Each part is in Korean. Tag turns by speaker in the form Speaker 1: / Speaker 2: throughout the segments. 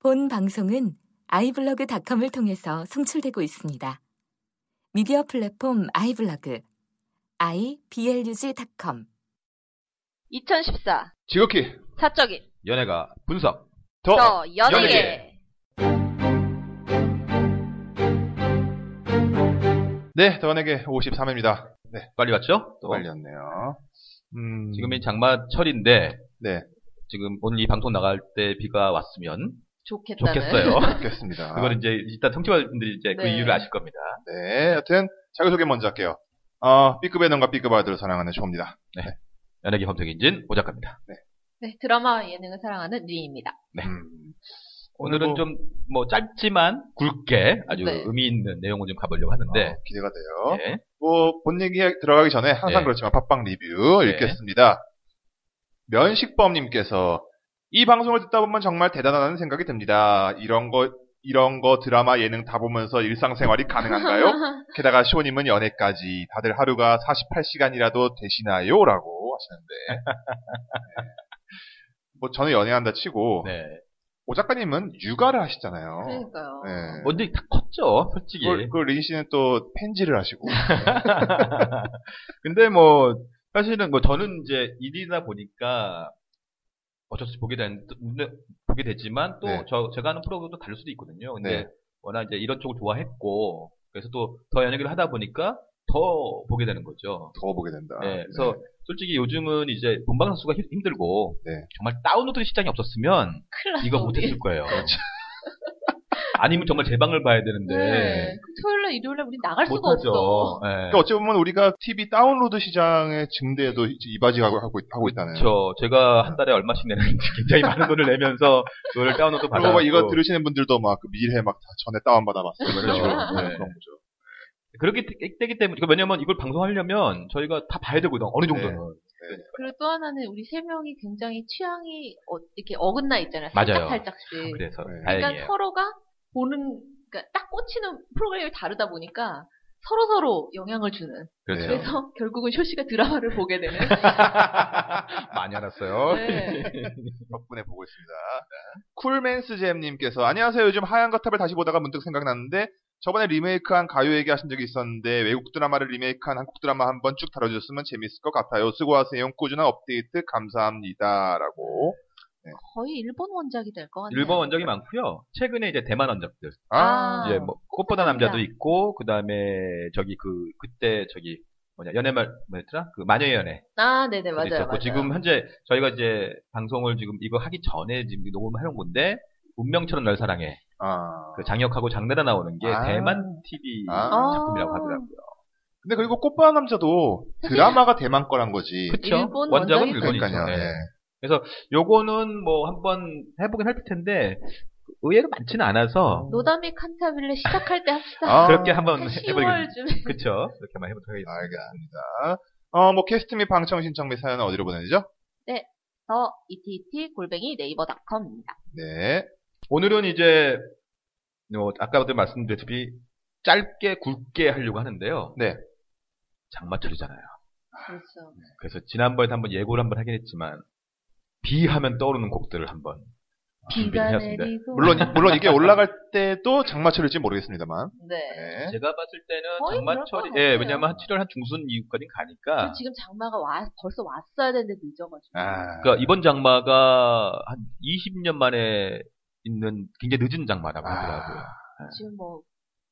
Speaker 1: 본 방송은 아이블로그닷컴을 통해서 송출되고 있습니다. 미디어 플랫폼 아이블로그 iblog.com
Speaker 2: 2014
Speaker 3: 지극히
Speaker 2: 사적인
Speaker 3: 연예가 분석
Speaker 2: 더,
Speaker 4: 어,
Speaker 3: 더,
Speaker 2: 연예계
Speaker 3: 네, 더 연예계 53회입니다. 네,
Speaker 4: 빨리 왔죠? 또.
Speaker 3: 빨렸네요. 음,
Speaker 4: 지금이 장마철인데
Speaker 3: 네,
Speaker 4: 지금 오늘 이 방송 나갈 때 비가 왔으면
Speaker 2: 좋겠다는
Speaker 4: 좋겠어요.
Speaker 3: 됐습니다.
Speaker 4: 그건 이제 일단 청취자분들이 이제 그
Speaker 2: 네.
Speaker 4: 이유를 아실 겁니다.
Speaker 3: 네, 여튼 자기소개 먼저 할게요. 어, B급의 능과 B급 아들을 사랑하는 쇼입니다.
Speaker 4: 네. 연예계 검색인진 오작가입니다.
Speaker 2: 네, 드라마와 예능을 사랑하는 니입니다.
Speaker 4: 네.
Speaker 3: 음,
Speaker 4: 오늘은
Speaker 3: 오늘도-
Speaker 4: 좀 뭐 짧지만 굵게 아주
Speaker 2: 네.
Speaker 4: 의미 있는 내용을 좀 가보려고 하는데
Speaker 3: 어, 기대가 돼요.
Speaker 4: 예.
Speaker 3: 뭐 본 얘기 들어가기 전에 항상
Speaker 4: 네.
Speaker 3: 그렇지만 팟빵 리뷰
Speaker 4: 네.
Speaker 3: 읽겠습니다. 면식범님께서 이 방송을 듣다 보면 정말 대단하다는 생각이 듭니다. 이런 거 이런 거 드라마 예능 다 보면서 일상생활이 가능한가요? 게다가 시호님은 연애까지 다들 하루가 48시간이라도 되시나요?라고 하시는데 네. 뭐 저는 연애한다 치고
Speaker 4: 네.
Speaker 3: 오 작가님은 육아를
Speaker 4: 어,
Speaker 3: 하시잖아요.
Speaker 2: 그러니까요.
Speaker 3: 네.
Speaker 4: 언제 다 컸죠, 솔직히.
Speaker 3: 그걸, 그걸 린 씨는 또 펜지를 하시고
Speaker 4: 근데 뭐 사실은 뭐 저는 이제 일이다 보니까 어쩔 수 없이 보게 된 근데 보게 되지만
Speaker 3: 네.
Speaker 4: 또 저 제가 하는 프로그램도 다를 수도 있거든요. 근데
Speaker 3: 네.
Speaker 4: 워낙 이제 이런 쪽을 좋아했고 그래서 또 더 연예계를 하다 보니까 더 보게 되는 거죠.
Speaker 3: 더 보게 된다.
Speaker 4: 네, 그래서
Speaker 3: 네.
Speaker 4: 솔직히 요즘은 이제 본방송 수가 힘- 힘들고
Speaker 3: 네.
Speaker 4: 정말 다운로드 시장이 없었으면
Speaker 2: 큰일 났어,
Speaker 4: 이거
Speaker 2: 우리.
Speaker 4: 못했을 거예요.
Speaker 3: 그렇죠.
Speaker 4: 아니면 정말 제 방을 봐야 되는데
Speaker 2: 네. 그 토요일날 일요일날 우리 나갈 수가
Speaker 4: 못하죠.
Speaker 2: 없어.
Speaker 4: 네.
Speaker 3: 그러니까 어찌 보면 우리가 TV 다운로드 시장의 증대에도 이제 이바지하고 하고, 하고 있다는.
Speaker 4: 그렇죠. 제가 한 달에 얼마씩 내는지 굉장히 많은 돈을 내면서 그걸 다운로드
Speaker 3: 그리고
Speaker 4: 받아.
Speaker 3: 막 이거 들으시는 분들도 막그 미래 막다 전에 다운 받아봤어요. 이런 식으로
Speaker 4: 그렇죠.
Speaker 3: 네,
Speaker 4: 네.
Speaker 3: 그런 거죠.
Speaker 4: 그렇게 되- 되기 때문에 그러니까 왜냐면 이걸 방송하려면 저희가 다 봐야 되거든. 어느
Speaker 3: 네,
Speaker 4: 정도는.
Speaker 2: 그리고 또 하나는 우리 세 명이 굉장히 취향이 어, 이렇게 어긋나 있잖아요.
Speaker 4: 맞아요.
Speaker 2: 살짝살짝씩.
Speaker 4: 그래서 예.
Speaker 3: 네.
Speaker 2: 그러니까
Speaker 4: 다행이에요.
Speaker 2: 서로가 보는 그러니까 딱 꽂히는 프로그램이 다르다 보니까 서로 서로 영향을 주는.
Speaker 4: 그렇죠.
Speaker 3: 네.
Speaker 2: 그래서 결국은 쇼 씨가 드라마를 보게 되는.
Speaker 4: 어,
Speaker 3: 많이 알았어요.
Speaker 4: 예.
Speaker 2: 네.
Speaker 3: 덕분에 보고 있습니다. 쿨맨스잼님께서 안녕하세요. 요즘 하얀 거탑을 다시 보다가 문득 생각났는데 저번에 리메이크한 가요 얘기하신 적이 있었는데 외국 드라마를 리메이크한 한국 드라마 한번 쭉 다뤄주셨으면 재밌을 것 같아요. 수고하세요. 꾸준한 업데이트 감사합니다라고.
Speaker 2: 거의 일본 원작이 될 것 같아요.
Speaker 4: 일본 원작이 많고요. 최근에 이제 대만 원작들.
Speaker 2: 아,
Speaker 4: 이제 뭐 꽃보다 남자도 있고 그다음에 저기 그 그때 저기 뭐냐 연애말 뭐였더라? 그 마녀의 연애.
Speaker 2: 아, 네네,
Speaker 4: 그렇죠. 그거
Speaker 2: 맞아요.
Speaker 4: 있었고
Speaker 2: 맞아요.
Speaker 4: 지금 현재 저희가 이제 방송을 지금 이거 하기 전에 지금 녹음을 해놓은 건데 운명처럼 널 사랑해.
Speaker 3: 아.
Speaker 4: 그 장혁하고 장나라 나오는 게
Speaker 3: 아.
Speaker 4: 대만 TV
Speaker 3: 아.
Speaker 4: 작품이라고 하더라고요.
Speaker 3: 근데 그리고 꽃보다 남자도 드라마가 대만 거란 거지.
Speaker 4: 그쵸?
Speaker 2: 일본
Speaker 4: 원작은
Speaker 2: 원작이-
Speaker 4: 일본이죠.
Speaker 3: 그러니까요.
Speaker 4: 네.
Speaker 3: 네.
Speaker 4: 요거는 뭐 한번 해보긴 할 텐데 의외로 많지는 않아서
Speaker 2: 노다미 칸타빌레 시작할 때 합시다.
Speaker 3: 아,
Speaker 4: 그렇게
Speaker 2: 한
Speaker 4: 한번 네, 해보겠습니다.
Speaker 2: 10월쯤에.
Speaker 4: 그쵸? 그렇게 한번 해보도록 하겠습니다.
Speaker 3: 알겠습니다. 어, 뭐 캐스트 및 방청 신청 및 사연은 어디로 보내죠?
Speaker 2: 더 ETT 골뱅이 네이버닷컴입니다.
Speaker 3: 네.
Speaker 4: 오늘은 이제 뭐 아까부터 말씀드렸듯이 짧게 굵게 하려고 하는데요.
Speaker 3: 네.
Speaker 4: 장마철이잖아요.
Speaker 2: 그렇죠.
Speaker 4: 그래서 지난번에도 한번 예고를 한번 하긴 했지만 비 하면 떠오르는 곡들을 한번
Speaker 2: 비가
Speaker 4: 해봤습니다.
Speaker 2: 내리고.
Speaker 3: 물론 물론 이게 올라갈 때도 장마철일지 모르겠습니다만.
Speaker 2: 네.
Speaker 3: 네.
Speaker 4: 제가 봤을 때는
Speaker 2: 거의
Speaker 4: 장마철이
Speaker 2: 그럴 것
Speaker 4: 예,
Speaker 2: 같아요.
Speaker 4: 왜냐면 한 7월 한 중순 이후까지 가니까
Speaker 2: 그리고 지금 장마가 와, 벌써 왔어야 되는데 늦어가지고.
Speaker 3: 아.
Speaker 4: 그러니까 이번 장마가 한 20년 만에 있는 굉장히 늦은 장마라고 하더라고요.
Speaker 3: 아,
Speaker 2: 지금 뭐,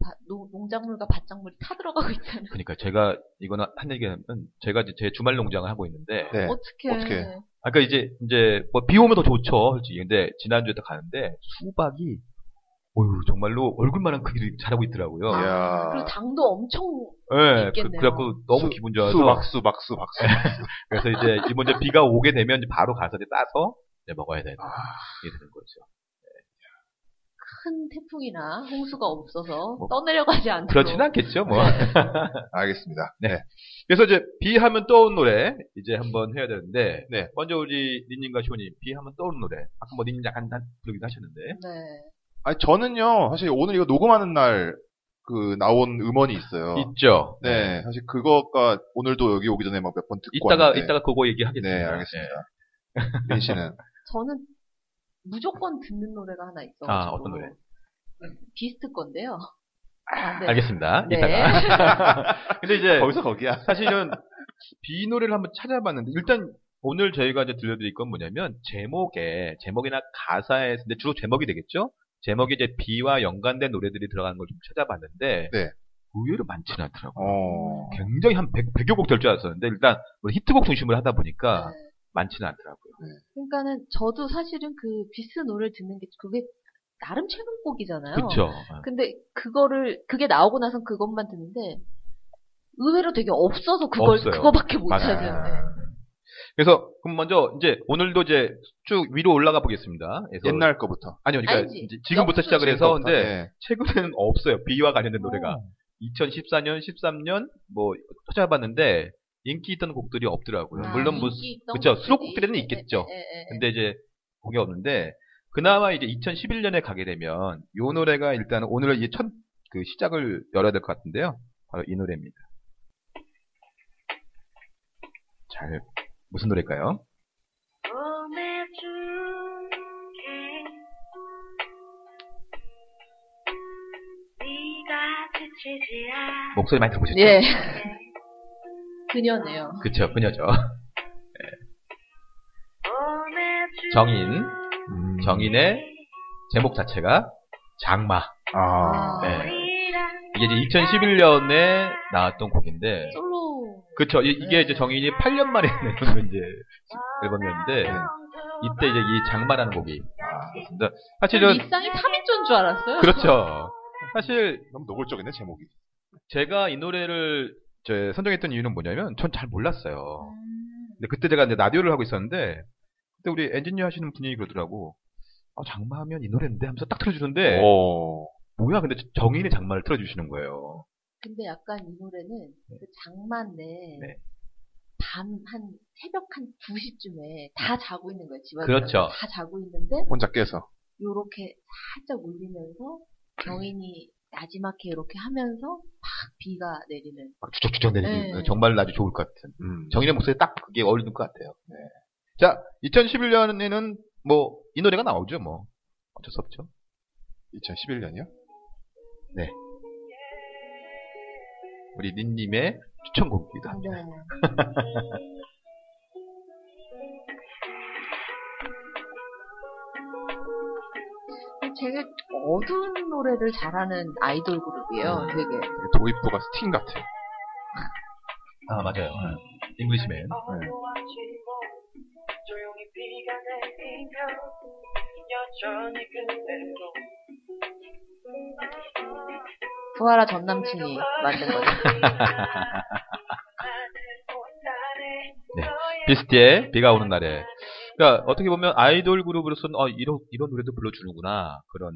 Speaker 2: 바- 노- 농작물과 밭작물이 타들어가고 있잖아요.
Speaker 4: 그러니까 제가 이거는 한 얘기는 제가 이제 제 주말 농장을 하고 있는데
Speaker 3: 네.
Speaker 2: 어떻게.
Speaker 3: 어떡해.
Speaker 4: 아까 그러니까 이제 이제 뭐 비 오면 더 좋죠, 솔직히. 근데 지난주에 딱 가는데 수박이 어유 정말로 얼굴만한 크기로 자라고 있더라고요.
Speaker 2: 아,
Speaker 3: 이야.
Speaker 2: 그리고 당도 엄청
Speaker 4: 예, 그,
Speaker 2: 있겠네요.
Speaker 4: 래갖고 너무 기분 좋아서
Speaker 3: 수박수 박수 박수.
Speaker 4: 네. 그래서 이제 뭐 이번 이제 비가 오게 되면 이제 바로 가서 이제 따서 이제 먹어야 되는 이게 되는 거죠.
Speaker 2: 큰 태풍이나 홍수가 없어서
Speaker 4: 뭐,
Speaker 2: 떠내려가지 않도록.
Speaker 4: 그렇진 않겠죠, 뭐.
Speaker 3: 알겠습니다.
Speaker 4: 네.
Speaker 3: 네.
Speaker 4: 그래서 이제 비 하면 떠오른 노래 이제 한번 해야 되는데
Speaker 3: 네.
Speaker 4: 먼저 우리 린님과 쇼님 비 하면 떠오른 노래 아까 뭐 린님 약간 한- 부르기도 하셨는데
Speaker 2: 네.
Speaker 3: 아니 저는요 사실 오늘 이거 녹음하는 날 그 나온 음원이 있어요.
Speaker 4: 있죠.
Speaker 3: 네. 사실 그거가 오늘도 여기 오기 전에 막 몇 번 듣고
Speaker 4: 이따가
Speaker 3: 왔는데.
Speaker 4: 네, 이따가 그거 얘기하겠습니다.
Speaker 3: 네 알겠습니다. 민 씨는
Speaker 2: 저는 무조건 듣는 노래가 하나 있어.
Speaker 4: 아, 어떤 노래? 아,
Speaker 2: 비스트 건데요. 네.
Speaker 4: 알겠습니다.
Speaker 2: 네.
Speaker 4: 이따가. 근데 이제
Speaker 3: 거기서 거기야.
Speaker 4: 사실은 비 노래를 한번 찾아봤는데 일단 오늘 저희가 이제 들려드릴 건 뭐냐면 제목에 제목이나 가사에 근데 주로 제목이 되겠죠. 제목에 이제 비와 연관된 노래들이 들어가는 걸 좀 찾아봤는데
Speaker 3: 네.
Speaker 4: 의외로 많지는 않더라고요.
Speaker 3: 어.
Speaker 4: 굉장히 한 100, 여 곡 될 줄 알았었는데 일단 뭐 히트곡 중심으로 하다 보니까
Speaker 2: 네.
Speaker 4: 많지는 않더라고요.
Speaker 2: 그러니까는 저도 사실은 그 비스트 노래를 듣는 게 그게 나름 최근곡이잖아요.
Speaker 4: 그렇죠.
Speaker 2: 근데 그거를 그게 나오고 나선 그것만 듣는데 의외로 되게 없어서 그걸
Speaker 4: 없어요.
Speaker 2: 그거밖에 못
Speaker 4: 맞아요.
Speaker 2: 찾아요. 네.
Speaker 4: 그래서 그럼 먼저 이제 오늘도 이제 쭉 위로 올라가 보겠습니다.
Speaker 2: 네.
Speaker 4: 그래서
Speaker 3: 옛날 거부터.
Speaker 4: 아니요, 그러니까
Speaker 2: 아니지.
Speaker 4: 이제 지금부터 시작을 해서
Speaker 3: 옛날 거부터.
Speaker 4: 근데
Speaker 3: 네.
Speaker 4: 최근에는 없어요. 비와 관련된 노래가. 2014년, 13년 뭐 찾아봤는데 인기 있던 곡들이 없더라고요.
Speaker 3: 아,
Speaker 4: 물론 뭐
Speaker 2: 인기 있던
Speaker 4: 그쵸,
Speaker 2: 곡들이-
Speaker 4: 수록곡들에는 있겠죠.
Speaker 2: 예, 예, 예.
Speaker 4: 근데 이제 곡이 없는데 그나마 이제 2011년에 가게 되면 요 노래가 일단 오늘의 이첫그 시작을 열어야 될 것 같은데요. 바로 이 노래입니다. 잘 무슨 노래일까요? 목소리 많이 들어보셨죠?
Speaker 2: 예. 그녀네요.
Speaker 4: 그쵸, 그녀죠.
Speaker 5: 정인
Speaker 4: 정인의 제목 자체가 장마.
Speaker 3: 아.
Speaker 2: 네.
Speaker 5: 이게
Speaker 4: 이게 이제 2011년에 나왔던 곡인데
Speaker 2: 솔로.
Speaker 4: 그쵸. 이, 게 이제 정인이 8년 만에 내는 이제 앨범이었는데,
Speaker 6: 네.
Speaker 4: 이때 이제 이 장마라는 곡이 나왔습니다. 사실은,
Speaker 2: 입상이 3인조인 줄 알았어요.
Speaker 4: 그렇죠. 사실,
Speaker 3: 너무 노골적이네 제목이.
Speaker 4: 제가 이 노래를 이제 선정했던 이유는 뭐냐면, 전 잘
Speaker 6: 그
Speaker 4: 몰랐어요.
Speaker 2: 음.
Speaker 4: 근데 그때 제가 이제 라디오를 하고 있었는데, 그때 우리 엔지니어 하시는 분이 그러더라고, 아, 장마하면 이 노래인데? 하면서 딱
Speaker 3: 네.
Speaker 4: 틀어주는데,
Speaker 3: 오.
Speaker 4: 뭐야, 근데 정인의 장마를 틀어주시는 거예요.
Speaker 2: 근데 약간 이 노래는 그 장만에
Speaker 4: 네.
Speaker 2: 밤 한 새벽 한 2시쯤에 다 자고 있는 거예요. 집안에
Speaker 4: 네. 그렇죠.
Speaker 2: 다 자고 있는데
Speaker 3: 혼자 깨서.
Speaker 2: 요렇게 살짝 울리면서 경인이 나지막해 이렇게 하면서 막 비가 내리는
Speaker 4: 막 주적주적 내리는,
Speaker 2: 네.
Speaker 4: 정말 아주 좋을 것 같은.
Speaker 3: 음.
Speaker 4: 정인의 목소리 딱 그게 어울리는 것 같아요. 네. 자, 2011년에는 뭐 이 노래가 나오죠, 뭐 어쩔 수 없죠.
Speaker 3: 2011년이요?
Speaker 4: 우리 닌님의 추천곡입니다.
Speaker 2: 감정을 되게 어두운 노래를 잘하는 아이돌
Speaker 4: 음.
Speaker 2: 그룹이에요. 되게
Speaker 3: 도입부가 스팅 같아.
Speaker 4: 아 맞아요. 잉글리시맨.
Speaker 2: 부하라 전 남친이 만든 거죠.
Speaker 4: 네. 비스트의 비가 오는 날에. 그러니까 어떻게 보면 아이돌 그룹으로서는 아, 이런 이런 노래도 불러주는구나 그런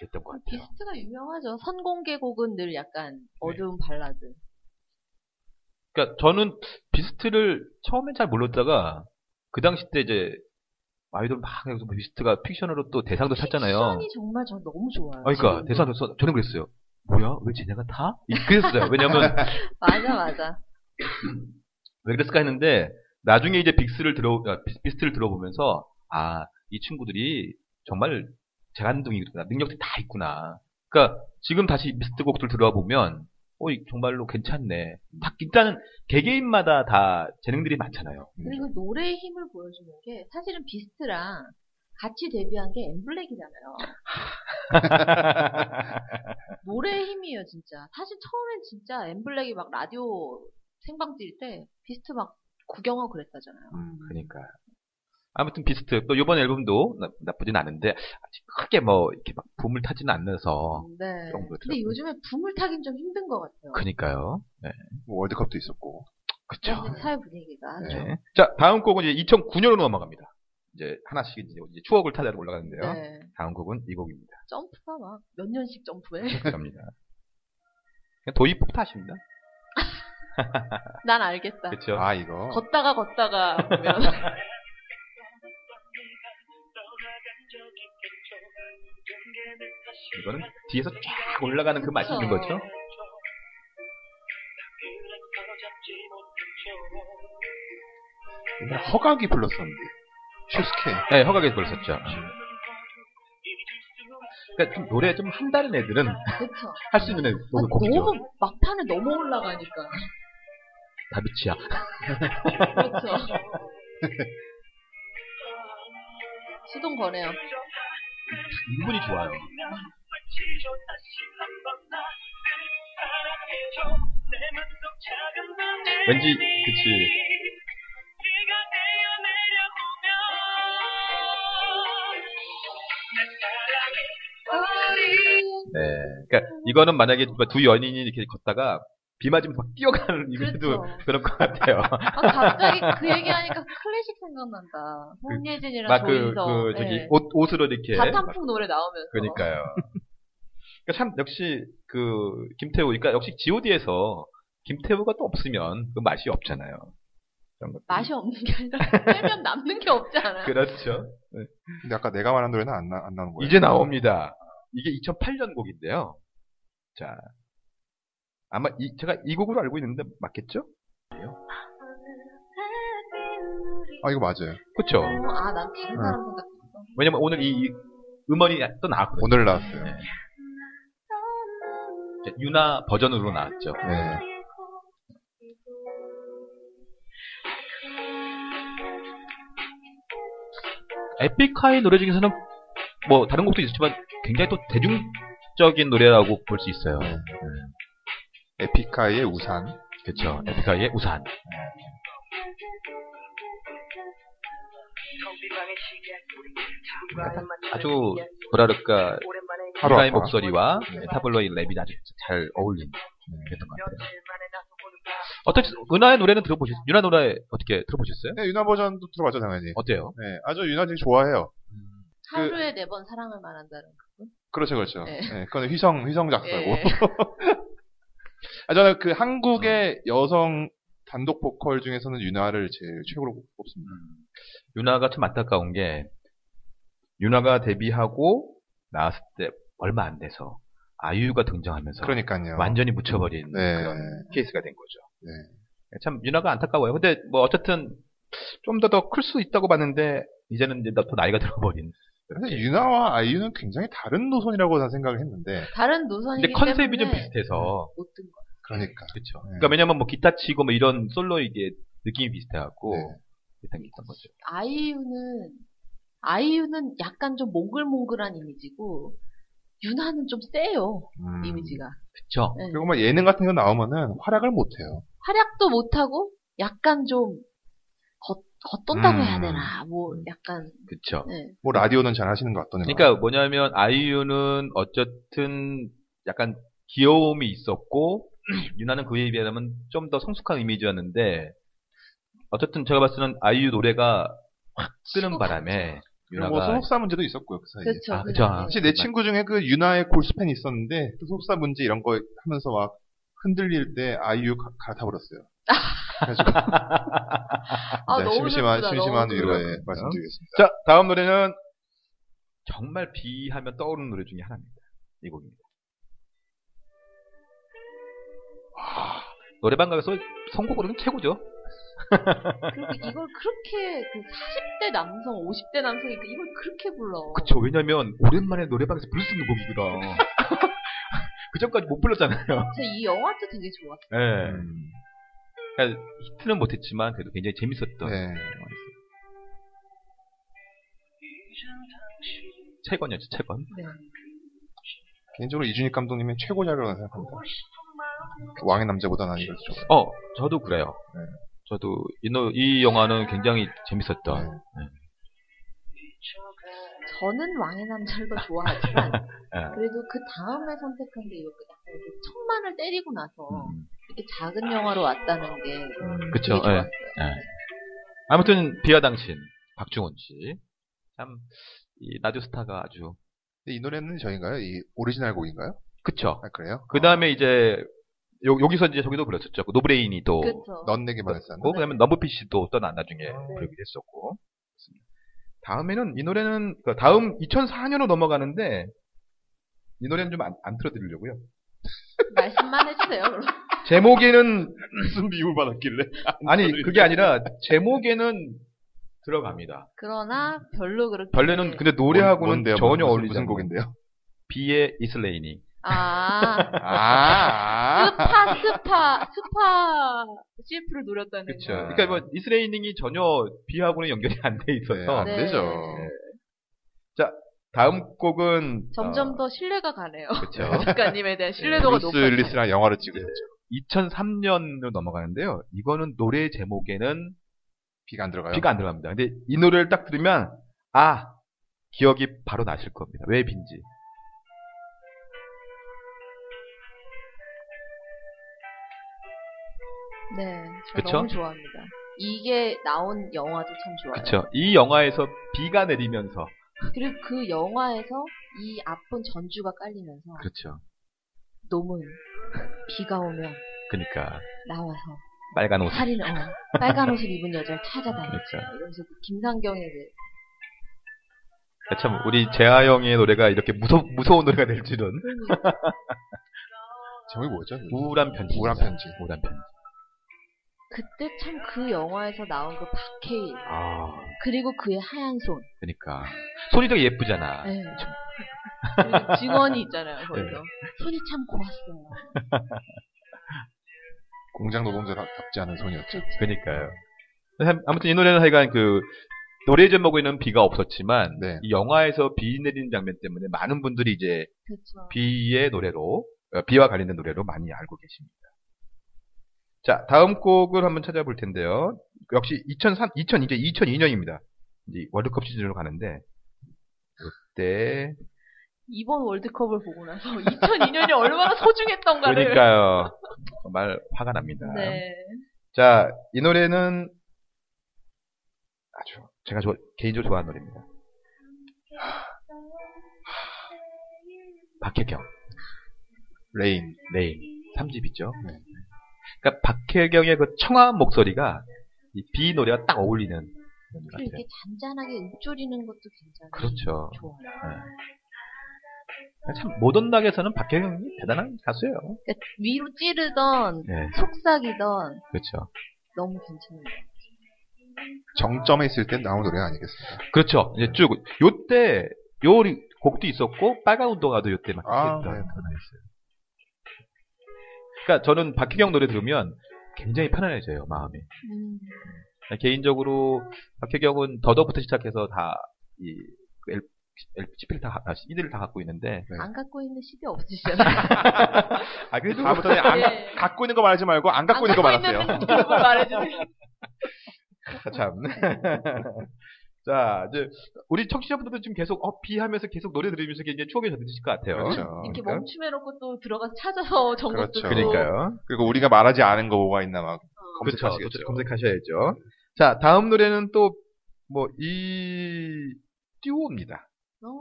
Speaker 4: 게 있던 것 같아요. 네.
Speaker 2: 비스트가 유명하죠. 선공개곡은 늘 약간 어두운 발라드.
Speaker 4: 그러니까 저는 비스트를 처음엔 잘 몰랐다가 그 당시 때 이제 아이돌 막 해서 뭐 비스트가 픽션으로 또 대상도 탔잖아요.
Speaker 2: 션이 정말 저 너무 좋아요. 음.
Speaker 4: 아, 그러니까
Speaker 2: 지금도.
Speaker 4: 대사 됐어. 저는 그랬어요. 뭐야? 왜 쟤네가 타? 이- 그랬어요. 왜냐면
Speaker 2: 맞아 맞아.
Speaker 4: 왜 그랬을까 했는데 나중에 이제 빅스를 들어 아, 비- 비스트를 들어보면서 아 이 친구들이 정말 재간둥이구나 능력들이 다 있구나. 그러니까 지금 다시 비스트 곡들 들어와 보면 어 이- 정말로 괜찮네. 다 일단은 개개인마다 다 재능들이 많잖아요.
Speaker 2: 그리고 노래의 힘을 보여주는 게 사실은 비스트랑 같이 데뷔한 게 엠블랙이잖아요. 노래의 힘이에요 진짜. 사실 처음엔 진짜 엠블랙이 막 라디오 생방 뛸 때 비스트 막 구경하고 그랬다잖아요.
Speaker 4: 그러니까 아무튼 비스트 또 이번 앨범도 나,쁘진 않은데 아직 크게 뭐 이렇게 막 붐을 타지는 않아서
Speaker 2: 네.
Speaker 4: 어, 그런 거
Speaker 2: 근데 요즘에 붐을 타긴 좀 힘든 것 같아요.
Speaker 4: 그니까요. 네.
Speaker 3: 뭐 월드컵도 있었고.
Speaker 4: 그쵸.
Speaker 2: 요즘 사회 분위기가.
Speaker 4: 네. 자, 다음 곡은 이제 2009년으로 넘어갑니다. 이제 하나씩 이제 이제 추억을 타자 올라가는데요.
Speaker 2: 네.
Speaker 4: 다음 곡은 이 곡입니다.
Speaker 2: 점프가 막 몇 년씩 점프해.
Speaker 4: 감사합니다. 그냥 도입부 탓입니다.
Speaker 2: 난 알겠다.
Speaker 4: 그렇죠.
Speaker 3: 아 이거.
Speaker 2: 걷다가 걷다가 보면
Speaker 4: 이거는 뒤에서 쫙 올라가는 그 맛이 있는 거죠.
Speaker 3: 옛날에 허각이 불렀었는데. 슈스케.
Speaker 4: 네, 허각에서 불렀었죠. 그러니까 좀 노래 좀 한다는 애들은
Speaker 2: 그쵸.
Speaker 4: 할 수 있는 애들
Speaker 2: 아,
Speaker 4: 너무 고기죠.
Speaker 2: 너무 막판에 너무 올라가니까.
Speaker 4: 다비치야.
Speaker 2: 그렇죠. 수동 거네요.
Speaker 4: 인분이 좋아요. 왠지 그치. 아, 네. 그러니까 이거는 만약에 두 연인이 이렇게 걷다가 비 맞으면 막 뛰어가는 이래도
Speaker 2: 그렇죠.
Speaker 4: 그럴것 같아요.
Speaker 2: 아, 갑자기 그 얘기하니까 클래식 생각난다. 홍예진이랑
Speaker 4: 막 그
Speaker 2: 조인성.
Speaker 4: 그 저기
Speaker 2: 예.
Speaker 4: 옷 옷으로 이렇게 막
Speaker 2: 바탕풍 노래 나오면서.
Speaker 4: 어. 그러니까요. 그러니까 참 역시 그 김태우, 그러니까 역시 G.O.D에서 김태우가 또 없으면 그 맛이 없잖아요. 그런 것들.
Speaker 2: 맛이 없는 게 아니라 빼면 남는 게 없지 않아요?
Speaker 4: 그렇죠.
Speaker 3: 근데 아까 내가 말한 노래는 안, 나, 안 나오는 거예요.
Speaker 4: 이제 나옵니다. 이게 2008년 곡인데요. 자, 아마 이, 제가 이 곡으로 알고 있는데 맞겠죠?
Speaker 3: 아 이거 맞아요.
Speaker 4: 그렇죠.
Speaker 2: 어, 아, 난 다른 사람 생각했어.
Speaker 4: 왜냐면 오늘 이, 이 음원이 또 나왔거든요.
Speaker 3: 오늘 나왔어요.
Speaker 4: 네. 이제 유나 버전으로 나왔죠.
Speaker 3: 네.
Speaker 4: 에픽하이 노래 중에서는 뭐 다른 곡도 있지만 굉장히 또 대중적인 노래라고 볼 수 있어요.
Speaker 3: 네. 에픽하이의 우산.
Speaker 4: 그렇죠. 에픽하이의 우산. 아주 뭐랄까
Speaker 3: 하루
Speaker 4: 하루의
Speaker 3: 아파.
Speaker 4: 목소리와 네, 타블로인 네. 랩이 아주 잘 어울린 그랬던 것 같아요. 어떻게 은하의 노래는 들어보셨? 유나 노래 어떻게 들어보셨어요?
Speaker 3: 네, 유나 버전도 들어봤죠 당연히.
Speaker 4: 어때요?
Speaker 3: 네, 아주 유나 되게 좋아해요.
Speaker 4: 음,
Speaker 3: 그-
Speaker 2: 하루에 네 번 사랑을 말한다는 그분?
Speaker 3: 그렇죠, 그렇죠.
Speaker 2: 네.
Speaker 3: 네. 그건 휘성 휘성
Speaker 4: 그러니까
Speaker 3: 작사고.
Speaker 4: 뭐.
Speaker 2: 예.
Speaker 3: 아, 저는 그 한국의 여성 단독 보컬 중에서는 유나를 제일 최고로 꼽습니다.
Speaker 4: 음, 유나가 참 안타까운 게 유나가 데뷔하고 나왔을 때 얼마 안 돼서 아이유가 등장하면서
Speaker 3: 그러니까요.
Speaker 4: 완전히 묻혀버린
Speaker 3: 네.
Speaker 4: 그런 케이스가 된 거죠.
Speaker 3: 네.
Speaker 4: 참 유나가 안타까워요. 근데 뭐 어쨌든 좀 더 더 클 수 있다고 봤는데 이제는 이제 더 나이가 들어버린. 네.
Speaker 3: 근데 유나와 아이유는 굉장히 다른 노선이라고 난 생각을 했는데.
Speaker 2: 다른 노선이기
Speaker 4: 근데
Speaker 2: 때문에
Speaker 4: 컨셉이 좀 비슷해서
Speaker 2: 못든 거.
Speaker 3: 그러니까.
Speaker 4: 그렇죠.
Speaker 3: 네.
Speaker 4: 그러니까 왜냐면 뭐 기타 치고 뭐 이런 솔로 이게 느낌이 비슷해갖고
Speaker 3: 네.
Speaker 4: 그랬던 게 있던 거죠.
Speaker 2: 아이유는 아이유는 약간 좀 몽글몽글한 이미지고 유나는 좀 세요
Speaker 3: 음.
Speaker 2: 이미지가.
Speaker 4: 그렇죠.
Speaker 2: 네.
Speaker 3: 그리고 막 예능 같은 거 나오면은 활약을 못 해요.
Speaker 2: 활약도 못하고 약간 좀 겉, 겉돈다고
Speaker 3: 음.
Speaker 2: 해야 되나 뭐 약간
Speaker 4: 그렇죠.
Speaker 2: 네.
Speaker 3: 뭐 라디오는 잘 하시는 것 같더니.
Speaker 4: 그러니까 뭐냐면 아이유는 어쨌든 약간 귀여움이 있었고 유나는 그에 비하면 좀 더 성숙한 이미지였는데 어쨌든 제가 봤을 때는 아이유 노래가 확 뜨는
Speaker 2: 치고
Speaker 4: 바람에
Speaker 3: 그리고 뭐
Speaker 4: 유나가
Speaker 3: 소속사 문제도 있었고요 그 사이에.
Speaker 2: 그렇죠.
Speaker 4: 아, 그쵸. 아,
Speaker 3: 사실 내 친구 중에 그 유나의 골수팬이 있었는데 그 소속사 문제 이런 거 하면서 막 흔들릴 때 아이유 가- 갈아타버렸어요. 그래가지고
Speaker 2: 아,
Speaker 3: 네,
Speaker 2: 너무
Speaker 3: 심심한
Speaker 2: 슬프다,
Speaker 3: 심심한
Speaker 2: 너무
Speaker 3: 위로에
Speaker 4: 슬프다.
Speaker 3: 말씀드리겠습니다.
Speaker 4: 자 다음 노래는 정말 비하면 떠오르는 노래 중에 하나입니다. 이 곡입니다. 노래방 가서 선곡으로는 최고죠.
Speaker 2: 그리고 이걸 그렇게 그 40대 남성, 50대 남성이 그 이걸 그렇게 불러.
Speaker 4: 그쵸, 왜냐면, 오랜만에 노래방에서 부를 수 있는 곡이더라. 그 전까지 못 불렀잖아요.
Speaker 2: 저이 영화도 되게 좋았어.
Speaker 4: 예.
Speaker 3: 음,
Speaker 4: 그러니까 히트는 못했지만, 그래도 굉장히 재밌었던.
Speaker 3: 네.
Speaker 4: 채권이었죠, 채권.
Speaker 2: 네.
Speaker 3: 개인적으로 이준익 감독님의 최고작이라고 생각합니다. 왕의 그렇죠. 남자보다 난 이걸 좋아.
Speaker 4: 어, 저도 그래요.
Speaker 3: 네.
Speaker 4: 저도 이, 노, 이 영화는 굉장히 재밌었던.
Speaker 3: 네.
Speaker 2: 저는 왕의 남자를 더 좋아하지만
Speaker 4: 예.
Speaker 2: 그래도 그 다음에 선택한 게 이렇게 약간 이렇게 천만을 때리고 나서
Speaker 4: 음,
Speaker 2: 이렇게 작은 영화로 왔다는 게 되게
Speaker 4: 그쵸, 예.
Speaker 2: 좋았어요.
Speaker 4: 아무튼, 비와 당신, 박중훈 씨. 참, 이 라디오스타가 아주,
Speaker 3: 근데 이 노래는 저인가요? 이 오리지널 곡인가요?
Speaker 4: 그쵸.
Speaker 3: 아 그래요?
Speaker 4: 그 다음에 이제, 요- 여기서 이제 저기도 불렀었죠. 그 노브레인이 또.
Speaker 2: 그쵸. 아, 네.
Speaker 3: 어, 넌 내게만 했었나?
Speaker 4: 그 다음에 넘버피 씨도 또 나- 나중에 부르기도 했었고. 그렇습니다. 다음에는 이 노래는 그 다음 2004년으로 넘어가는데 이 노래는 좀 안 틀어드리려고요.
Speaker 2: 말씀만 해주세요. 그럼.
Speaker 4: 제목에는
Speaker 3: 무슨 비율 받았길래?
Speaker 4: 아니 그게 아니라 제목에는 들어갑니다.
Speaker 2: 그러나 별로 그렇게
Speaker 4: 별내는 근데
Speaker 3: 뭔-
Speaker 4: 노래하고는
Speaker 3: 뭔데요?
Speaker 4: 전혀
Speaker 3: 무슨-
Speaker 4: 어울리지
Speaker 3: 무슨
Speaker 4: 않는
Speaker 3: 곡인데요?
Speaker 4: 비의 이슬레이니.
Speaker 2: 아
Speaker 3: 아.
Speaker 2: 스파 스파 스파 CF를 노렸다는
Speaker 4: 그렇죠.
Speaker 2: 거.
Speaker 4: 그러니까 뭐 이슬레이닝이 전혀 비하고는 연결이 안 돼
Speaker 3: 네,
Speaker 4: 있어서
Speaker 3: 안
Speaker 2: 네.
Speaker 3: 되죠.
Speaker 4: 다음 곡은 어,
Speaker 2: 점점 더 신뢰가 가네요.
Speaker 4: 그렇죠.
Speaker 2: 작가님에 대한 신뢰도가
Speaker 3: 브루스
Speaker 2: 높아요.
Speaker 3: 윌리스랑 영화를 찍으셨죠.
Speaker 4: 2003년으로 넘어가는데요. 이거는 노래 제목에는
Speaker 3: 비가 안 들어가요.
Speaker 4: 비가 안 들어갑니다. 근데 이 노래를 딱 들으면 아 기억이 바로 나실 겁니다. 왜 빈지.
Speaker 2: 네, 저
Speaker 4: 그쵸?
Speaker 2: 너무 좋아합니다. 이게 나온 영화도 참 좋아요.
Speaker 4: 그렇죠. 이 영화에서 비가 내리면서
Speaker 2: 그리고 그 영화에서 이 아픈 전주가 깔리면서
Speaker 4: 그렇죠.
Speaker 2: 놈은 비가 오면
Speaker 4: 그러니까
Speaker 2: 나와서
Speaker 4: 빨간 옷.
Speaker 2: 살인 어 빨간 옷을 입은 여자를 찾아다니죠.
Speaker 4: 그렇죠.
Speaker 2: 이러면서 그 김상경의 그-
Speaker 4: 그러니까 참 우리 재하 형의 노래가 이렇게 무서 무서운 노래가 될 줄은
Speaker 2: 그러니까.
Speaker 3: 제목이 뭐죠?
Speaker 4: 우울한 편지.
Speaker 3: 우울한 편지.
Speaker 4: 우울한 편지.
Speaker 2: 그때 참 그 영화에서 나온 그 박해일
Speaker 4: 아
Speaker 2: 그리고 그의 하얀 손
Speaker 4: 그러니까 손이 되게 예쁘잖아.
Speaker 2: 네. 그리고 증언이 있잖아요. 거기서 네. 손이 참 고왔어요.
Speaker 3: 공장 노동자답지 않은 소녀였죠.
Speaker 2: 그렇죠.
Speaker 4: 그러니까요. 하- 아무튼 이 노래는 하여간 그 노래 제목에는 비가 없었지만
Speaker 3: 네.
Speaker 4: 이 영화에서 비 내리는 장면 때문에 많은 분들이 이제
Speaker 2: 그렇죠.
Speaker 4: 비의 노래로 어, 비와 관련된 노래로 많이 알고 계십니다. 자 다음 곡을 한번 찾아볼 텐데요. 역시 2003, 2000 이제 2002년입니다. 이제 월드컵 시즌으로 가는데 그때
Speaker 2: 이번 월드컵을 보고 나서 2002년이 얼마나 소중했던가를
Speaker 4: 그러니까요 정말 화가 납니다.
Speaker 2: 네.
Speaker 4: 자, 이 노래는 아주 제가 좋아- 개인적으로 좋아하는 노래입니다. 박혜경,
Speaker 3: 레인.
Speaker 4: 레인, 3집이죠. 네. 그러니까 박혜경의 그 청아한 목소리가 이 비 노래와 딱 어울리는 그런
Speaker 2: 그리고
Speaker 4: 것 같아요.
Speaker 2: 이렇게 잔잔하게 읊조리는 것도 굉장히
Speaker 4: 그렇죠.
Speaker 2: 좋아요.
Speaker 4: 참 모던 낙에서는 박혜경이 대단한 가수예요.
Speaker 2: 그러니까 위로 찌르던
Speaker 4: 네,
Speaker 2: 속삭이던
Speaker 4: 그렇죠.
Speaker 2: 너무 괜찮아요.
Speaker 3: 정점에 있을 때 나온 노래 아니겠습니까?
Speaker 4: 그렇죠. 이제 쭉 요때 요 곡도 있었고 빨간 운동화도 요때 막
Speaker 3: 아,
Speaker 4: 있었던
Speaker 3: 네.
Speaker 4: 그런 아이였어요. 그러니까 저는 박희경 노래 들으면 굉장히 편안해져요 마음이. 그러니까
Speaker 2: 음,
Speaker 4: 개인적으로 박혜경은 더더부터 시작해서 다이 LP를 다 가- 아, CD를 다 갖고 있는데
Speaker 3: 네.
Speaker 2: 안 갖고 있는 시대 없으시잖아요.
Speaker 4: 아 그래도
Speaker 3: 다음부터는 안 가-
Speaker 2: 예.
Speaker 3: 갖고 있는 거 말하지 말고 안 갖고 있는 거 말하세요.
Speaker 2: 있는 그룹을 말해주세요.
Speaker 4: 아, 참. 자 이제 우리 청취자분들도 지금 계속 어 비하면서 계속 노래 들으면서 굉장히 추억에 젖으실 것 같아요.
Speaker 3: 그렇죠.
Speaker 2: 이렇게
Speaker 4: 그러니까.
Speaker 2: 멈춤해놓고 또 들어가서 찾아서 정보
Speaker 3: 그렇죠.
Speaker 2: 듣고
Speaker 4: 그러니까요.
Speaker 3: 그리고 우리가 말하지 않은 거 뭐가 있나 막 검색하시겠죠.
Speaker 4: 그렇죠. 검색하셔야죠. 자, 다음 노래는 또 뭐 이 듀오입니다.
Speaker 2: 어,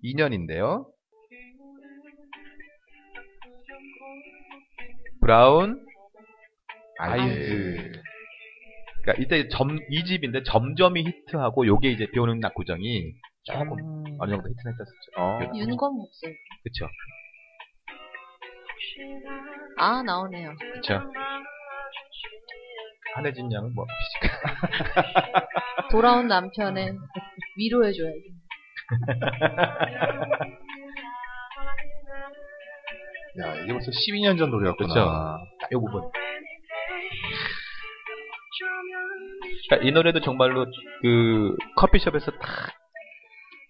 Speaker 4: 2002년인데요. 브라운 아이즈.
Speaker 3: 아이즈.
Speaker 4: 그러니까 이때 점 이 집인데 점점이 히트하고 요게 이제 비오는 낮 구정이 조금 어느 정도 히트는 했었죠.
Speaker 3: 어.
Speaker 2: 윤건 목소리.
Speaker 4: 그렇죠.
Speaker 2: 아 나오네요.
Speaker 4: 그렇죠. 한혜진 양은 뭐
Speaker 2: 돌아온 남편의 위로해줘야지.
Speaker 3: 야, 이게 벌써 12년 전 노래였구나.
Speaker 4: 딱요 부분. 그러니까 이 노래도 정말로 그 커피숍에서 딱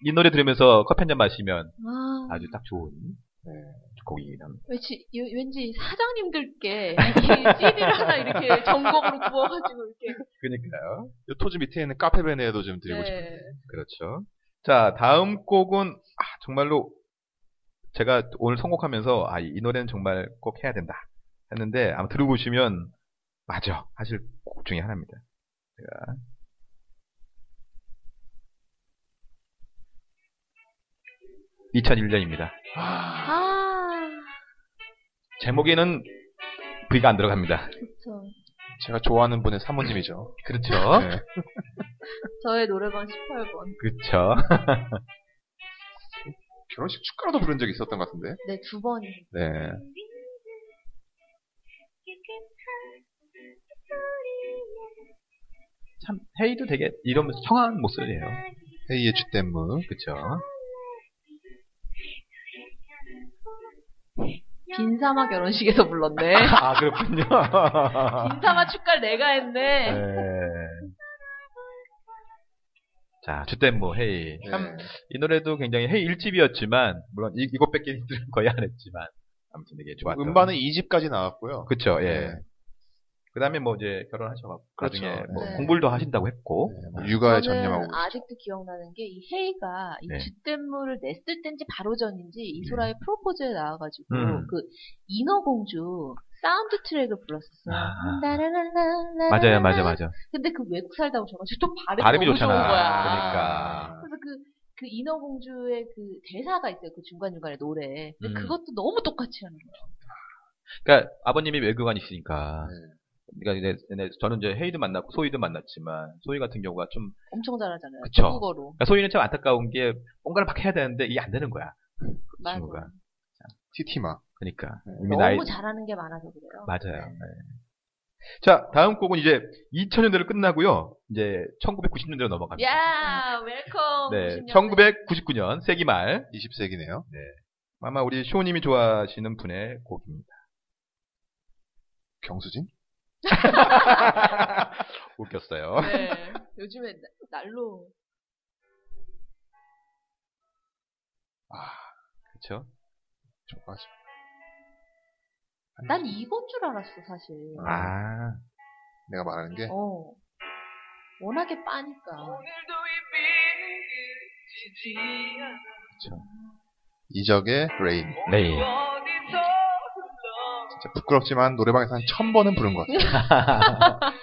Speaker 4: 이 노래 들으면서 커피 한 잔 마시면
Speaker 2: 아,
Speaker 4: 아주 딱 좋은 네, 곡이긴 합니다.
Speaker 2: 왠지, 요- 왠지 사장님들께 이 CD를 하나 이렇게 전곡으로 구워가지고 이렇게.
Speaker 4: 그니까요.
Speaker 3: 이 토지 밑에 있는 카페베네에도 좀 드리고
Speaker 2: 네.
Speaker 3: 싶은데.
Speaker 4: 그렇죠. 자, 다음 곡은 아, 정말로 제가 오늘 선곡하면서 아, 이, 이 노래는 정말 꼭 해야 된다 했는데 아마 들어보시면 맞아 하실 곡 중에 하나입니다. 제가 (2001년입니다) 입니다.
Speaker 2: 아,
Speaker 4: 제목에는 V가 안 들어갑니다.
Speaker 2: 그쵸.
Speaker 3: 제가 좋아하는 분의 사모님이죠.
Speaker 4: 그렇죠.
Speaker 3: 네.
Speaker 2: 저의 노래방 18번.
Speaker 4: 그렇죠.
Speaker 3: 결혼식 축가로도 부른 적이 있었던 것 같은데.
Speaker 2: 네, 두 번이.
Speaker 3: 네.
Speaker 4: 참 참 헤이도 되게 이러면서 청한 목소리예요.
Speaker 3: 헤이의 쥐댐무.
Speaker 4: 그렇죠.
Speaker 2: 빈사마 결혼식에서 불렀네.
Speaker 4: 아 그렇군요.
Speaker 2: 빈사마 축가를 내가 했네.
Speaker 4: 네. 자, 주댐모 헤이. 참
Speaker 3: 네.
Speaker 4: 이 노래도 굉장히 헤이 1집이었지만 물론 이, 이것밖에 히트를 거의 안 했지만 아무튼 되게 좋았던
Speaker 3: 음반은 2집까지 나왔고요.
Speaker 4: 그쵸 예.
Speaker 3: 네.
Speaker 4: 그다음에 뭐 이제 결혼하셔가지고
Speaker 3: 그렇죠.
Speaker 4: 나중에 뭐
Speaker 2: 네.
Speaker 4: 공부를 더 하신다고 했고
Speaker 3: 네, 뭐 육아에 전념하고.
Speaker 2: 저는 아직도 기억나는 게 이 헤이가 이
Speaker 4: 네.
Speaker 2: 쥐댐물을 냈을 땐지 바로 전인지 이소라의 프로포즈에 나와가지고
Speaker 4: 음.
Speaker 2: 그 인어공주 사운드 트랙을 불렀었어요.
Speaker 4: 아.
Speaker 2: 따라라라라라라.
Speaker 4: 맞아요 맞아 맞아
Speaker 2: 근데 그 외국 살다 오셔가지고 또 발음이,
Speaker 4: 발음이
Speaker 2: 너무
Speaker 4: 좋잖아
Speaker 2: 좋은 거야.
Speaker 4: 그러니까
Speaker 2: 그래서 그, 그 인어공주의 그 대사가 있어요. 그 중간중간에 노래. 근데
Speaker 4: 음.
Speaker 2: 그것도 너무 똑같이 하는 거예요.
Speaker 4: 그러니까 아버님이 외교관이시니까
Speaker 3: 네.
Speaker 4: 그러니까 이제 얘네- 저는 이제 헤이도 만났고 소희도 만났지만 소희 같은 경우가 좀
Speaker 2: 엄청 잘하잖아요.
Speaker 4: 그쵸.
Speaker 2: 한국어로.
Speaker 4: 그러니까 소희는 참 안타까운 게 뭔가를 막 해야 되는데 이게 안 되는 거야
Speaker 2: 맞아.
Speaker 4: 그 친구가.
Speaker 3: 티티마.
Speaker 4: 그러니까 이미
Speaker 2: 네, 너무
Speaker 4: 나이
Speaker 2: 잘하는 네. 게 많아서 그래요.
Speaker 4: 맞아요. 예. 자, 다음 곡은 이제 2000년대로 끝나고요. 이제 1990년대로 넘어갑니다.
Speaker 2: 야, 웰컴.
Speaker 4: 네,
Speaker 2: 90년대.
Speaker 4: 1999년 세기 말
Speaker 3: 20세기네요.
Speaker 4: 아마 우리 쇼님이 좋아하시는 분의 곡입니다.
Speaker 3: 경수진?
Speaker 4: 웃겼어요.
Speaker 2: 네. 요즘에 나- 날로
Speaker 4: 그렇죠?
Speaker 3: 좋아하죠.
Speaker 2: 난 이건 줄 알았어 사실.
Speaker 4: 아,
Speaker 3: 내가 말하는 게.
Speaker 2: 어. 워낙에 빠니까.
Speaker 3: 이적의 레인.
Speaker 4: 네.
Speaker 3: 진짜 부끄럽지만 노래방에서 한 천번은 부른 것 같아요.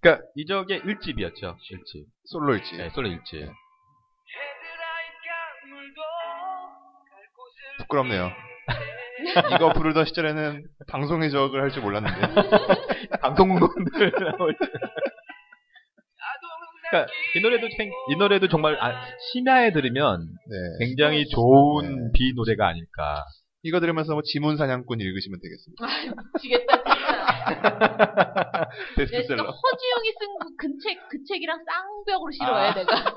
Speaker 4: 그러니까 이적의 1집이었죠. 1집.
Speaker 3: 솔로일지.
Speaker 4: 네, 솔로 1집.
Speaker 3: 부끄럽네요. 이거 부르던 시절에는 방송의 적을 할 줄 몰랐는데.
Speaker 4: 방송문들 나올 때. 그러니까 이 노래도 생- 이 노래도 정말 아, 심야에 들으면
Speaker 3: 네.
Speaker 4: 굉장히 좋은
Speaker 3: 네.
Speaker 4: 비 노래가 아닐까.
Speaker 3: 이거 들으면서 뭐 지문사냥꾼 읽으시면 되겠습니다.
Speaker 2: 지겠다 진짜. 야, 진짜
Speaker 3: 베스트셀러.
Speaker 2: 그러니까 허지웅이 쓴그책 그 책이랑 쌍벽으로 실어야
Speaker 4: 아.
Speaker 2: 내가.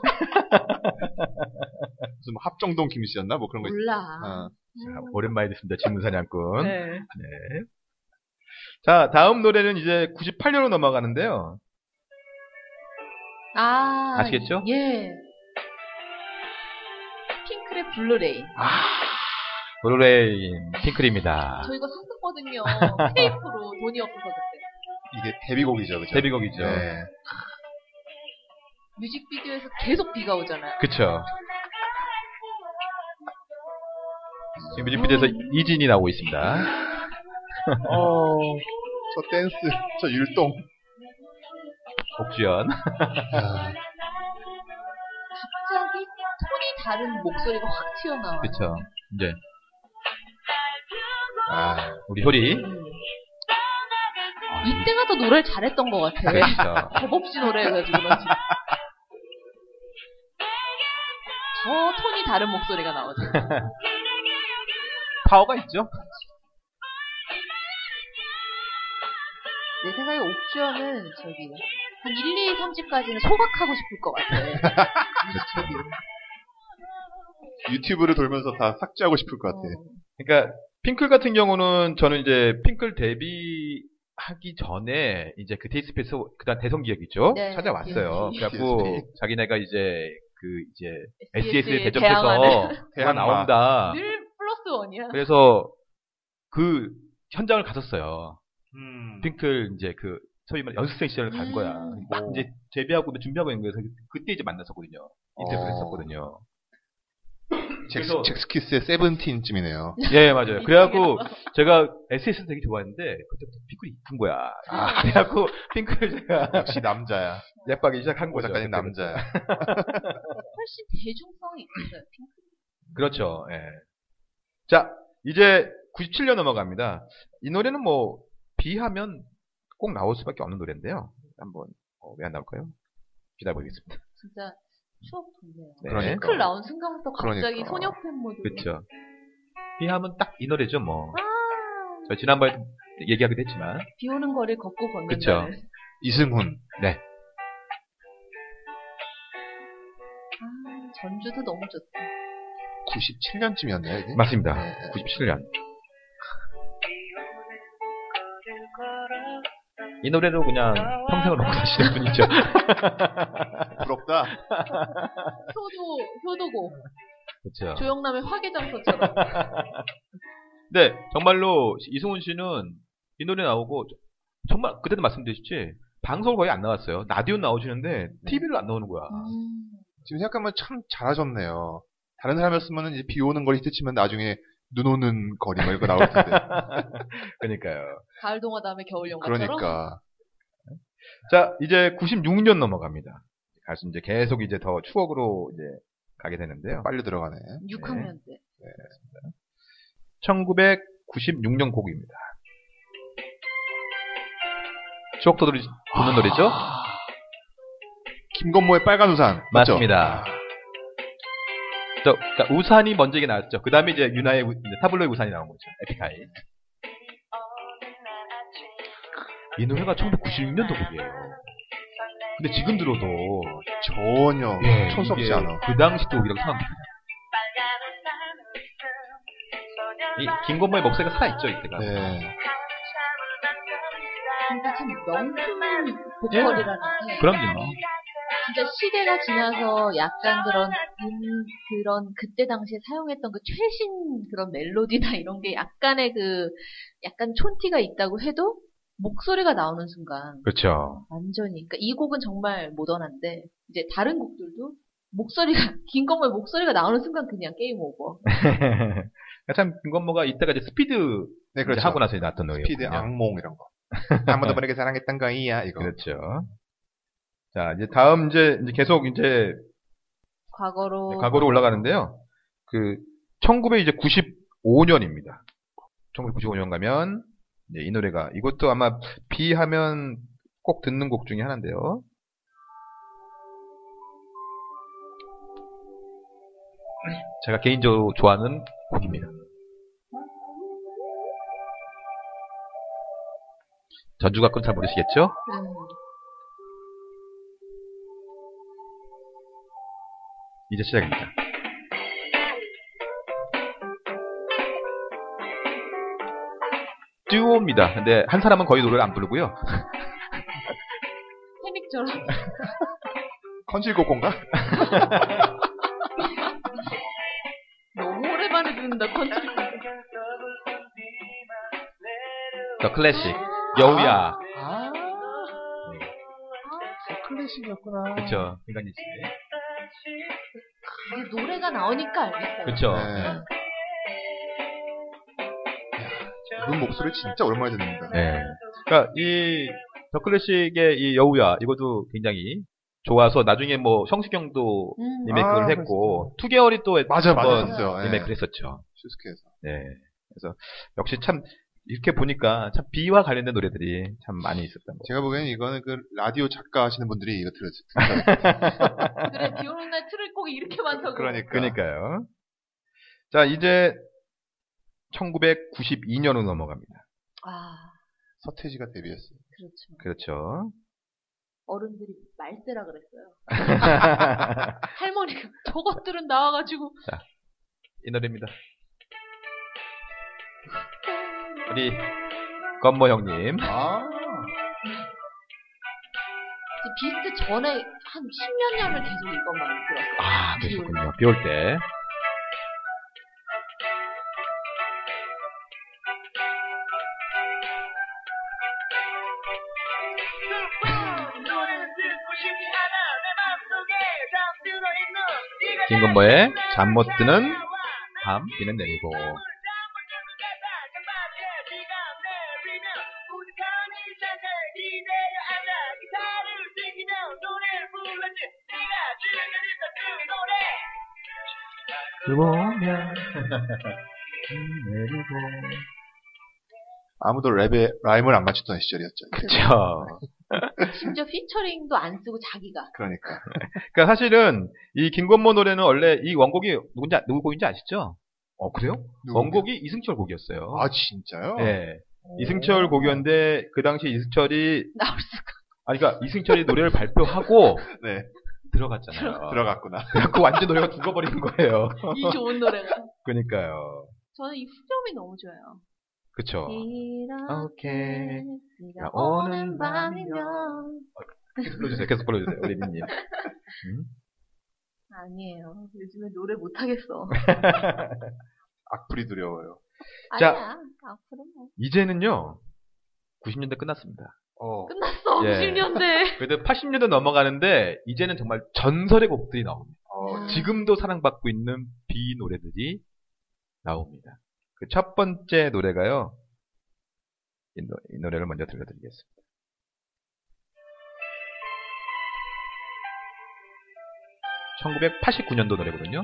Speaker 3: 무슨 뭐 합정동 김씨였나? 뭐 그런 거 있...
Speaker 2: 몰라.
Speaker 3: 어.
Speaker 4: 자, 오랜만에 듣습니다. 지문사냥꾼.
Speaker 2: 네.
Speaker 4: 자, 다음 노래는 이제 98년으로 넘어가는데요.
Speaker 2: 아.
Speaker 4: 아시겠죠?
Speaker 2: 예. 핑클의 블루레인.
Speaker 4: 노래인 핑클입니다.
Speaker 2: 저 이거 샀었거든요. 테이프로 돈이 없어서 그때.
Speaker 3: 이게 데뷔곡이죠. 그죠?
Speaker 4: 데뷔곡이죠.
Speaker 3: 네.
Speaker 2: 뮤직비디오에서 계속 비가 오잖아요.
Speaker 4: 그쵸. 지금 뮤직비디오에서
Speaker 3: 음.
Speaker 4: 이진이 나오고 있습니다.
Speaker 3: 어, 저 댄스, 저 율동.
Speaker 4: 옥주연.
Speaker 3: 아,
Speaker 2: 갑자기 톤이 다른 목소리가 확 튀어나와요.
Speaker 4: 그쵸. 이제,
Speaker 3: 아,
Speaker 4: 우리 효리.
Speaker 2: 음. 이때가 더 노래를 잘했던 것
Speaker 4: 네.
Speaker 2: 같아. 요
Speaker 4: 그쵸.
Speaker 2: 겁없이 노래해가지고 그런지. 저 톤이 다른 목소리가 나오죠.
Speaker 4: 파워가 있죠?
Speaker 2: 내 생각에 옥주현은 저기 한 1, 2, 3집까지는 소각하고 싶을 것 같아.
Speaker 3: 유튜브를 돌면서 다 삭제하고 싶을 것 같아.
Speaker 4: 그러니까, 핑클 같은 경우는 저는 이제 핑클 데뷔, 하기 전에 이제 그 데이스페이스 그다음 대성 기획이죠
Speaker 2: 네.
Speaker 4: 찾아왔어요.
Speaker 3: 예.
Speaker 4: 그래갖고
Speaker 3: DSP.
Speaker 4: 자기네가 이제 그 이제 SES에
Speaker 2: SES 에
Speaker 4: 대접해서 대화
Speaker 3: 대항마.
Speaker 4: 나온다.
Speaker 2: 어, 늘 플러스 원이야.
Speaker 4: 네, 그래서 그 현장을 갔었어요.
Speaker 3: 음.
Speaker 4: 핑클 이제 그 소위 말 연습생 시절을 간
Speaker 2: 음.
Speaker 4: 거야. 막
Speaker 3: 오.
Speaker 4: 이제 데뷔하고 준비하고 있는 거에서 그때 이제 만났었거든요. 인터뷰를
Speaker 3: 어.
Speaker 4: 했었거든요.
Speaker 3: 잭스, 잭스키스의 세븐틴쯤이네요.
Speaker 4: 예, 맞아요. 그래갖고 제가 SS 되게 좋아했는데 그때부터 핑클이 이쁜 거야.
Speaker 3: 아.
Speaker 4: 그래갖고 핑클을 제가
Speaker 3: 역시 남자야.
Speaker 4: 예쁘기 시작한
Speaker 3: 오
Speaker 4: 거죠. 그렇죠,
Speaker 3: 작가님
Speaker 4: 그때부터.
Speaker 3: 남자야.
Speaker 2: 훨씬 대중성이 있어요. 핑크.
Speaker 4: 그렇죠. 예. 자, 이제 97년 넘어갑니다. 이 노래는 뭐 비하면 꼭 나올 수밖에 없는 노래인데요. 한번 어, 왜 안 나올까요? 기다려보겠습니다.
Speaker 2: 진짜 추억 돋네요.
Speaker 4: 네.
Speaker 3: 그러니까.
Speaker 2: 핑클 나온 순간부터 갑자기
Speaker 3: 그러니까.
Speaker 2: 소녀팬 모드.
Speaker 4: 그렇죠. 비하면 딱 이 노래죠, 뭐.
Speaker 2: 아,
Speaker 4: 저 지난번에 얘기하기도 했지만.
Speaker 2: 비 오는 거를 걷고 걷는
Speaker 4: 그쵸.
Speaker 2: 거를.
Speaker 3: 이승훈.
Speaker 4: 네.
Speaker 2: 아, 전주도 너무 좋다.
Speaker 3: 97년쯤이었나요? 이게?
Speaker 4: 맞습니다.
Speaker 3: 네.
Speaker 4: 97년. 이 노래로 그냥 평생을 먹고 사시는 분이죠.
Speaker 3: 부럽다.
Speaker 2: 효도, 효도고.
Speaker 4: 그렇죠.
Speaker 2: 조영남의 화개장소처럼.
Speaker 4: 근데 네, 정말로 이승훈 씨는 이 노래 나오고 정말 그때도 말씀드렸지 방송을 거의 안 나왔어요. 라디오 나오시는데 TV를 안 나오는 거야.
Speaker 2: 음.
Speaker 3: 지금 생각하면 참 잘하셨네요. 다른 사람이었으면 이제 비 오는 걸 히트치면 나중에 눈 오는 거리 뭐 이거 나올 텐데.
Speaker 4: 그러니까요.
Speaker 2: 가을 동화 다음에 겨울 영화처럼.
Speaker 3: 그러니까.
Speaker 4: 자 이제 96년 넘어갑니다. 가서 이제 계속 이제 더 추억으로 이제 가게 되는데요.
Speaker 3: 빨리 들어가네.
Speaker 2: 6학년 때.
Speaker 4: 1996년 곡입니다. 추억 도는 노래죠?
Speaker 3: 김건모의 빨간 우산. 맞죠?
Speaker 4: 맞습니다. 저, 그러니까 우산이 먼저 이게 나왔죠. 그 다음에 이제 유나의 우- 이제 타블로의 우산이 나온 거죠. 에픽하이. 이 노래가 1996년도 곡이에요. 근데 지금 들어도
Speaker 3: 전혀
Speaker 4: 예,
Speaker 3: 촌스럽지
Speaker 4: 이게
Speaker 3: 않아.
Speaker 4: 그 당시 곡이라고 생각합니다. 이 김건모의 목소리가 살아있죠 이때가.
Speaker 3: 네.
Speaker 2: 진짜 그러니까 참 명품 보컬이라는 게.
Speaker 4: 그럼요.
Speaker 2: 진짜 시대가 지나서 약간 그런 음, 그런 그때 당시에 사용했던 그 최신 그런 멜로디나 이런 게 약간의 그 약간 촌티가 있다고 해도 목소리가 나오는 순간
Speaker 4: 그렇죠.
Speaker 2: 완전히 그러니까 이 곡은 정말 모던한데 이제 다른 곡들도 목소리가 김건모의 목소리가 나오는 순간 그냥 게임 오버.
Speaker 4: 참 김건모가 이때가 이제 스피드
Speaker 3: 네,
Speaker 4: 이제
Speaker 3: 그렇죠.
Speaker 4: 하고 나서 이제 나왔던 노래예요.
Speaker 3: 피드 악몽 이런 거. 아무도 모르게 사랑했던 거이야 이거.
Speaker 4: 그렇죠. 자 이제 다음 이제 이제 계속 이제
Speaker 2: 과거로
Speaker 4: 네, 과거로 올라가는데요. 그 1995년입니다. 1995년 가면 이제 이 노래가 이것도 아마 비 하면 꼭 듣는 곡 중에 하나인데요. 제가 개인적으로 좋아하는 곡입니다. 전주가 건잘 모르시겠죠?
Speaker 2: 음,
Speaker 4: 이제 시작입니다. 듀오입니다. 근데 한 사람은 거의 노래를 안 부르고요.
Speaker 2: 패닉처럼
Speaker 3: 컨실고콘가?
Speaker 2: 너무 오랜만에 듣는다 컨트롤.
Speaker 4: 더
Speaker 2: 아,
Speaker 4: 클래식 여우야.
Speaker 3: 아,
Speaker 4: 네.
Speaker 3: 클래식이었구나.
Speaker 4: 그렇죠. 이간희 씨. 네.
Speaker 2: 이게 노래가 나오니까 알겠어요.
Speaker 4: 그렇죠.
Speaker 3: 네. 이분 그 목소리 진짜 오랜만에 듣는다.
Speaker 4: 네. 그러니까 이 더 클래식의 이 여우야 이것도 굉장히 좋아서 나중에 뭐 성시경도
Speaker 2: 음.
Speaker 4: 리메이크를
Speaker 3: 아,
Speaker 4: 했고 투개월이또
Speaker 3: 맞아, 맞아.
Speaker 4: 한번
Speaker 3: 맞아요. 네.
Speaker 4: 리메이크를 했었죠.
Speaker 3: 슈스케에서.
Speaker 4: 네. 그래서 역시 참 이렇게 보니까 참 비와 관련된 노래들이 참 많이 있었던 거.
Speaker 3: 제가 보기에는 이거는 그 라디오 작가 하시는 분들이 이거 들었을
Speaker 2: 아, 그래 비 오는 날 틀을 꼭 이렇게 많다고.
Speaker 3: 그러니까.
Speaker 4: 그러니까요. 자, 이제 1992년으로 넘어갑니다.
Speaker 2: 아
Speaker 3: 서태지가 데뷔했어요.
Speaker 2: 그렇죠.
Speaker 4: 그렇죠.
Speaker 2: 어른들이 말세라 그랬어요. 할머니가 저것들은 나와가지고
Speaker 4: 이 노래입니다. 우리 건모 형님.
Speaker 3: 아,
Speaker 2: 이제 비스트 전에 한 10년 년을 계속 이것만 들었어요.
Speaker 4: 아, 그러셨군요. 비 올 때. 김건모의 잠 못 드는 밤, 비는 내리고. 들어오면 내리고.
Speaker 3: 아무도 랩에 라임을 안 맞췄던 시절이었죠.
Speaker 4: 그렇죠.
Speaker 2: 심지어 피처링도 안 쓰고 자기가.
Speaker 3: 그러니까.
Speaker 4: 그러니까 사실은 이 김건모 노래는 원래 이 원곡이 누군지 아- 누구 곡인지 아시죠? 어 그래요?
Speaker 3: 누구?
Speaker 4: 원곡이 이승철 곡이었어요.
Speaker 3: 아, 진짜요?
Speaker 4: 네. 이승철 곡이었는데 그 당시 이승철이
Speaker 2: 나올 수가.
Speaker 4: 아 그러니까 이승철이 노래를 발표하고
Speaker 3: 네.
Speaker 4: 들어갔잖아요.
Speaker 3: 들어갔구나.
Speaker 4: 그래갖고 완전 노래가 죽어버린 거예요.
Speaker 2: 이 좋은 노래가.
Speaker 4: 그러니까요.
Speaker 2: 저는 이 후렴이 너무 좋아요.
Speaker 4: 그쵸.
Speaker 2: 이렇게
Speaker 4: 어. 오케이.
Speaker 2: 네가 오는 밤이면
Speaker 4: 계속 불러주세요. 계속 불러주세요. 우리 민님. 음?
Speaker 2: 아니에요. 요즘에 노래 못하겠어.
Speaker 3: 악플이 두려워요.
Speaker 4: 자.
Speaker 2: 아니야. 앞으로 뭐.
Speaker 4: 이제는요. 90년대 끝났습니다.
Speaker 3: 어.
Speaker 2: 끝났어.
Speaker 4: 예.
Speaker 2: 90년대.
Speaker 4: 그래도 80년대 넘어가는데 이제는 정말 전설의 곡들이 나옵니다.
Speaker 3: 어,
Speaker 4: 지금도 사랑받고 있는 비 노래들이 나옵니다. 그 첫 번째 노래가요. 이, 노, 이 노래를 먼저 들려드리겠습니다. (1989년도) 노래거든요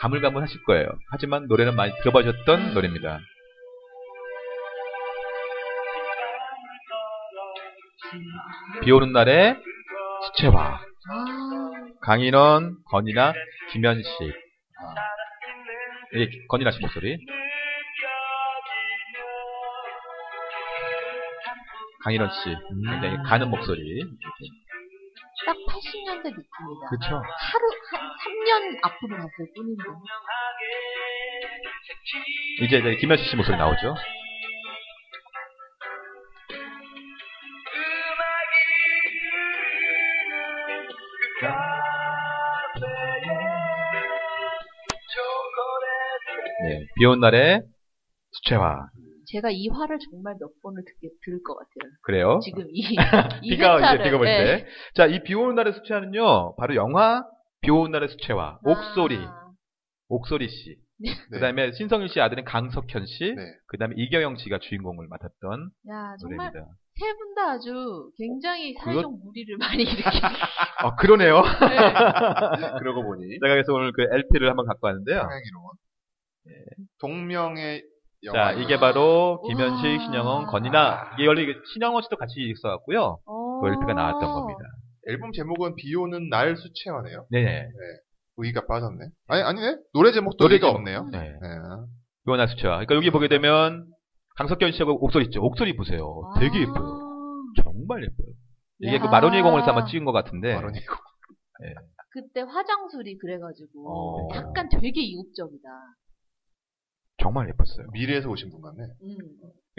Speaker 4: 가물가물하실 거예요 하지만 노래는 많이 들어보셨던 노래입니다 비 오는 날의 시체와
Speaker 2: 아,
Speaker 4: 강인원, 건이나 김현식. 아. 예, 건이나 씨 목소리. 강인원 씨. 굉장히 가는 목소리.
Speaker 2: 딱 80년대 느낌이다.
Speaker 4: 그쵸.
Speaker 2: 하루 한 3년 앞으로 갔을 뿐인데.
Speaker 4: 이제 이제 김현식 씨 목소리 나오죠. 네, 비온 날의 수채화.
Speaker 2: 제가 이 화를 정말 몇 번을 듣게 들을 것 같아요.
Speaker 4: 그래요.
Speaker 2: 지금 이, 이
Speaker 4: 어? 비가
Speaker 2: 회차를.
Speaker 4: 이제 비가 올
Speaker 2: 예.
Speaker 4: 때. 자, 이 비 오는 날의 수채화는요. 바로 영화 비 오는 날의 수채화. 옥소리.
Speaker 2: 아,
Speaker 4: 옥소리 씨.
Speaker 3: 네.
Speaker 4: 그다음에 신성일 씨 아들은 강석현 씨.
Speaker 3: 네.
Speaker 4: 그다음에 이경영 씨가 주인공을 맡았던
Speaker 2: 야 아, 정말
Speaker 4: 노래입니다.
Speaker 2: 세 분 다 아주 굉장히 사회적
Speaker 4: 그것-
Speaker 2: 무리를 많이 일으키는데
Speaker 4: 아 그러네요.
Speaker 3: 그러고 보니
Speaker 4: 제가 그래서 오늘 그 LP를 한번 갖고 왔는데요.
Speaker 3: 평행이로만 동명의
Speaker 4: 자
Speaker 3: 영화.
Speaker 4: 이게 바로
Speaker 2: 우와.
Speaker 4: 김현식, 신영원, 건이나 이게 원래 이게 신영원 씨도 같이 있어갖고요. 그 LP가 나왔던 겁니다.
Speaker 3: 앨범 제목은 비 오는 날 수채화네요.
Speaker 4: 네네.
Speaker 3: 의의가 빠졌네. 아니 아니네. 노래 제목도 의의가 없네요.
Speaker 4: 네.
Speaker 3: 네.
Speaker 4: 요나 수채화. 그러니까 여기 보게 되면 강석현 씨하고 옥소리 있죠. 옥소리 보세요. 되게 예뻐요. 정말 예뻐요. 이게
Speaker 2: 아. 야.
Speaker 4: 그 마로니에 공원에서 아마 찍은 것 같은데.
Speaker 3: 마로니
Speaker 2: 그때 화장술이 그래가지고
Speaker 4: 어.
Speaker 2: 약간 되게 이국적이다.
Speaker 4: 정말 예뻤어요.
Speaker 3: 미래에서 오신 분 같네.
Speaker 2: 음.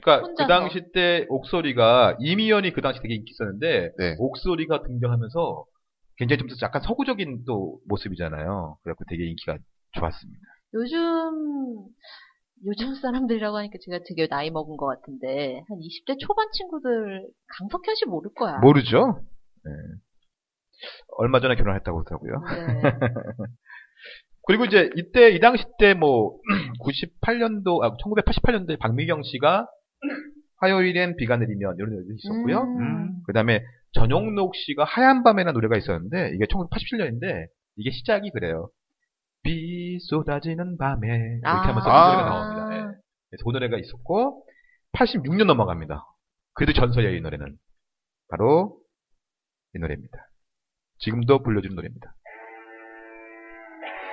Speaker 4: 그러니까
Speaker 2: 혼자서.
Speaker 4: 그 당시 때 옥소리가 이미연이 그 당시 되게 인기 있었는데
Speaker 3: 네.
Speaker 4: 옥소리가 등장하면서 굉장히 좀 약간 서구적인 또 모습이잖아요. 그래갖고 되게 인기가 좋았습니다.
Speaker 2: 요즘 요즘 사람들이라고 하니까 제가 되게 나이 먹은 것 같은데 한 20대 초반 친구들 강석현 씨 모를 거야.
Speaker 4: 모르죠? 네. 얼마 전에 결혼했다고 하더라고요.
Speaker 2: 네.
Speaker 4: 그리고 이제 이때 이 당시 때 뭐 98년도 아 1988년도에 박미경 씨가 화요일엔 비가 내리면 이런 노래도 있었고요.
Speaker 2: 음.
Speaker 4: 그다음에 전용록 씨가 하얀 밤에라는 노래가 있었는데 이게 1987년인데 이게 시작이 그래요. 비 쏟아지는 밤에 이렇게
Speaker 2: 아.
Speaker 4: 하면서 그
Speaker 3: 아.
Speaker 4: 노래가 나옵니다. 예. 그래서 그 노래가 있었고 86년 넘어갑니다. 그래도 전설이에요 이 노래는 바로 이 노래입니다. 지금도 불려주는 노래입니다.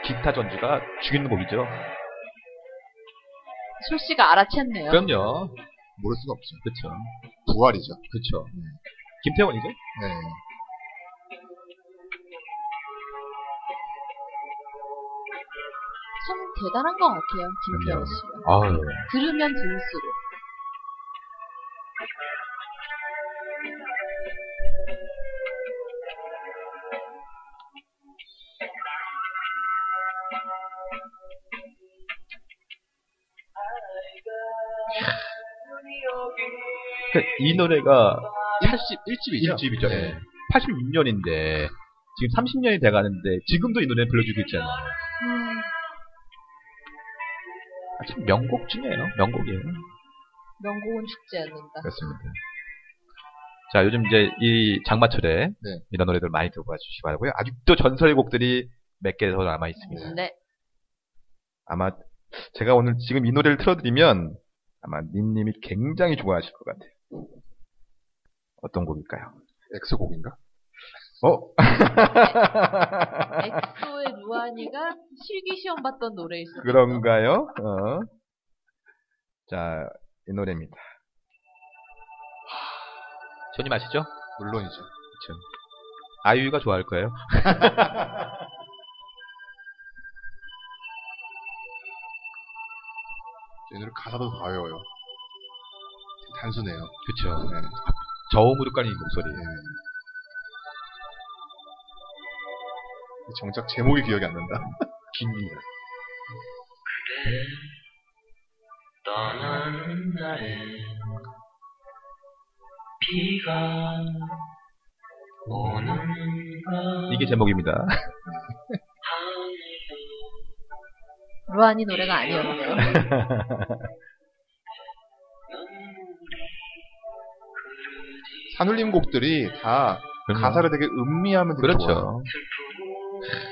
Speaker 4: 기타 전주가 죽이는 곡이죠.
Speaker 2: 솔 씨가 알아챘네요.
Speaker 4: 그럼요.
Speaker 3: 모를 수가 없죠.
Speaker 4: 그렇죠.
Speaker 3: 부활이죠.
Speaker 4: 그렇죠.
Speaker 3: 음.
Speaker 4: 김태원이죠?
Speaker 3: 네.
Speaker 2: 참 대단한 것 같아요, 김태현
Speaker 4: 그럼요.
Speaker 2: 씨.
Speaker 4: 아유.
Speaker 2: 들으면 들을수록.
Speaker 4: 그러니까 이 노래가
Speaker 3: 80 1집이죠. 네.
Speaker 4: 1집이죠. 예. 86년인데 지금 30년이 돼 가는데 지금도 이 노래 불러주고 있잖아요.
Speaker 2: 음,
Speaker 4: 아, 참 명곡 중에요. 명곡이에요.
Speaker 2: 명곡은 죽지 않는다.
Speaker 4: 그렇습니다. 자, 요즘 이제 이 장마철에
Speaker 3: 네.
Speaker 4: 이런 노래들 많이 들어봐 주시기 바라고요. 아직도 전설의 곡들이 몇 개 더 남아
Speaker 3: 음.
Speaker 4: 있습니다.
Speaker 2: 네.
Speaker 4: 아마 제가 오늘 지금 이 노래를 틀어드리면 아마 님님이 굉장히 좋아하실 것 같아요. 어떤 곡일까요?
Speaker 3: 엑소곡인가?
Speaker 4: 어?
Speaker 2: 엑소의 루아니가 실기 시험 봤던 노래 있어요.
Speaker 4: 그런가요? 어. 자, 이 노래입니다. 손님 아시죠?
Speaker 3: 물론이죠.
Speaker 4: 그렇죠. 아이유가 좋아할 거예요.
Speaker 3: 얘네들 가사도 가벼워요. 단순해요.
Speaker 4: 그렇죠.
Speaker 3: 네.
Speaker 4: 저음으로 깔린 이 목소리.
Speaker 3: 예. 정작 제목이 기억이 안 난다. 김이.
Speaker 6: 떠나는 날에 비가 오는가
Speaker 4: 이게 제목입니다.
Speaker 2: 루안이 노래가 아니었네요.
Speaker 3: 산울림 곡들이 다 가사를 되게 음미하면 되게
Speaker 4: 음.
Speaker 3: 좋아요.
Speaker 4: 그렇죠.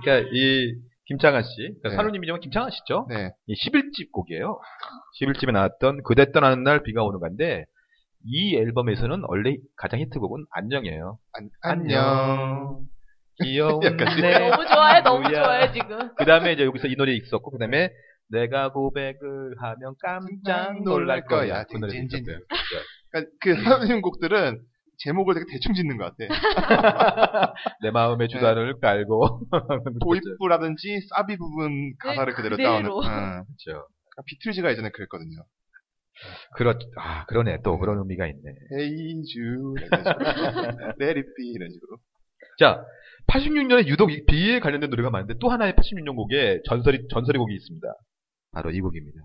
Speaker 4: 그러니까 이 김창아 씨, 그러니까
Speaker 3: 네.
Speaker 4: 산우님이지만 김창아 씨죠.
Speaker 3: 네.
Speaker 4: 이 11집 곡이에요. 11집에 나왔던 그대 떠나는 날 비가 오는 건데 이 앨범에서는 원래 가장 히트곡은 안녕이에요.
Speaker 3: 안,
Speaker 4: 안녕.
Speaker 3: 안녕. 약간
Speaker 4: 기억내.
Speaker 2: 너무 좋아해, 너무
Speaker 4: 뭐야.
Speaker 2: 좋아해 지금.
Speaker 4: 그 다음에 이제 여기서 이 노래 있었고, 그 다음에 내가 고백을 하면 깜짝 놀랄 거야. 그 노래
Speaker 3: 진, 진,
Speaker 4: 있었어요.
Speaker 3: 그러니까 그
Speaker 4: 음.
Speaker 3: 산울림 곡들은 제목을 되게 대충 짓는 것 같아.
Speaker 4: 내 마음의 주단을 깔고.
Speaker 3: 도입부라든지 사비 부분 가사를 네, 그대로 따오는.
Speaker 2: 그대로.
Speaker 3: 음.
Speaker 4: 그렇죠.
Speaker 3: 그러니까 비틀즈가 예전에 그랬거든요.
Speaker 4: 그렇, 아, 그러네. 또 그런 의미가 있네.
Speaker 3: Hey Jude 이런 식으로. Let it be 이런 식으로.
Speaker 4: 자, 86년에 유독 이 비에 관련된 노래가 많은데 또 하나의 86년 곡에 전설이, 전설의 곡이 있습니다. 바로 이 곡입니다.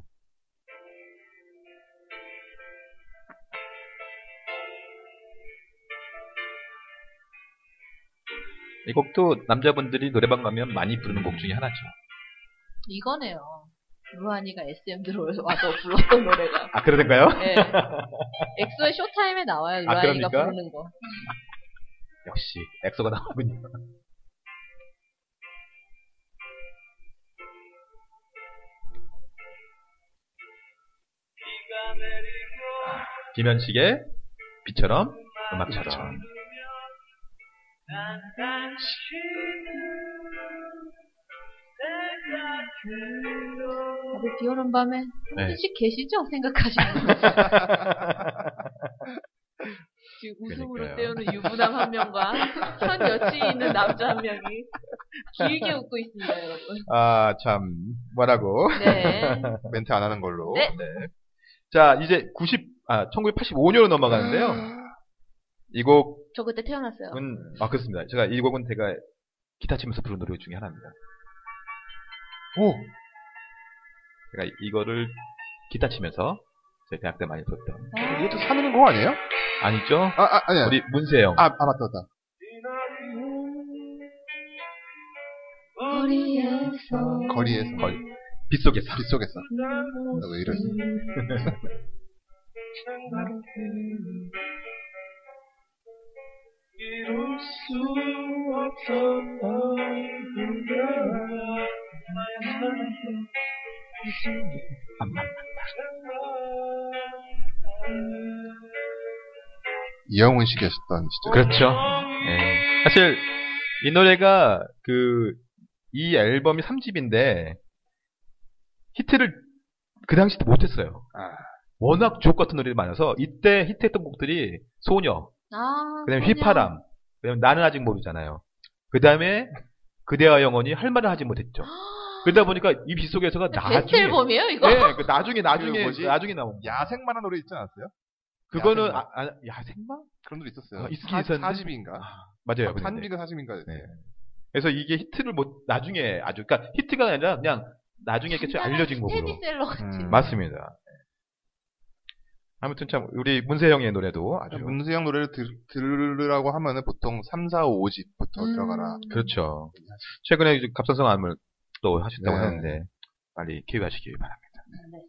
Speaker 4: 이 곡도 남자분들이 노래방 가면 많이 부르는 곡 중에 하나죠.
Speaker 2: 이거네요. 루안이가 SM 들어와서 불렀던 노래가.
Speaker 4: 아, 그러던가요?
Speaker 2: 네. 엑소의 쇼타임에 나와요,
Speaker 4: 아,
Speaker 2: 루안이가
Speaker 4: 그럽니까?
Speaker 2: 부르는 거.
Speaker 4: 역시 엑소가 나오군요. 김현식의 비처럼 음악처럼
Speaker 6: 난 당신을
Speaker 2: 다들
Speaker 6: 생각해도
Speaker 2: 비 오는 밤에
Speaker 4: 네.
Speaker 2: 한씩 계시죠? 생각하시는 거. 지금 웃음으로
Speaker 4: 그러니까요.
Speaker 2: 때우는 유부남 한 명과 현 여친이 있는 남자 한 명이 길게 웃고 있습니다, 여러분.
Speaker 4: 아 참 뭐라고
Speaker 2: 네.
Speaker 3: 멘트 안 하는 걸로.
Speaker 2: 네.
Speaker 4: 자 이제 90 아 1985년으로 넘어가는데요 이 곡은
Speaker 2: 저 그때 태어났어요.
Speaker 4: 아 그렇습니다 제가 이 곡은 제가 기타 치면서 부른 노래 중에 하나입니다
Speaker 3: 오,
Speaker 4: 제가 이거를 기타 치면서 제가 대학 때 많이 불렀던
Speaker 3: 이것도 산울림 곡 아니에요?
Speaker 4: 아니죠
Speaker 3: 아, 아 아니야.
Speaker 4: 우리 문세영
Speaker 3: 아, 아 맞다 맞다.
Speaker 2: 거리에서
Speaker 3: 거리에서.
Speaker 4: 거리. 빗속에서
Speaker 3: 빗속에서. 나 왜 이러지?
Speaker 6: 이룰 수 없었던 그대와 나의 사랑
Speaker 3: 이영훈 씨 계셨던 진짜.
Speaker 4: 그렇죠 예. 사실 이 노래가 그 이 앨범이 3집인데 히트를 그 당시도 못했어요.
Speaker 3: 아.
Speaker 4: 워낙 주옥 같은 노래들이 많아서 이때 히트했던 곡들이 소녀,
Speaker 2: 아, 그냥
Speaker 4: 그다음에 휘파람, 그다음에 나는 아직 모르잖아요. 그다음에 그대와 영원히 할 말을 하지 못했죠. 그러다 보니까 이 빗속에서가
Speaker 2: 베스트
Speaker 4: 나중에
Speaker 2: 앨범이에요, 아, 뭐 이거?
Speaker 4: 네, 그 나중에 나중에
Speaker 3: 그 뭐지?
Speaker 4: 나중에 나온 거.
Speaker 3: 야생만한 노래 있지 않았어요?
Speaker 4: 그거는
Speaker 3: 야생마.
Speaker 4: 아, 아, 야생마
Speaker 3: 그런 노래 있었어요.
Speaker 4: 아, 있긴
Speaker 3: 사-
Speaker 4: 있었는데.
Speaker 3: 사집인가?
Speaker 4: 맞아요. 근데.
Speaker 3: 산비가 사집인가? 음.
Speaker 4: 네. 그래서 이게 히트를 못 나중에 아주 그러니까 히트가 아니라 그냥 나중에 이렇게 좀 알려진 곡으로
Speaker 2: 스테디셀러 같이.
Speaker 3: 음.
Speaker 4: 맞습니다. 네. 아무튼 참 우리 문세영의 노래도 아주
Speaker 3: 문수영 노래를 들, 들으라고 하면은 보통 3, 4, 5집부터
Speaker 2: 음.
Speaker 3: 들어가라.
Speaker 4: 그렇죠. 최근에 이제 갑상선 암을 또 하셨다고
Speaker 3: 네.
Speaker 4: 하는데 빨리 기회하시길 바랍니다.
Speaker 2: 네.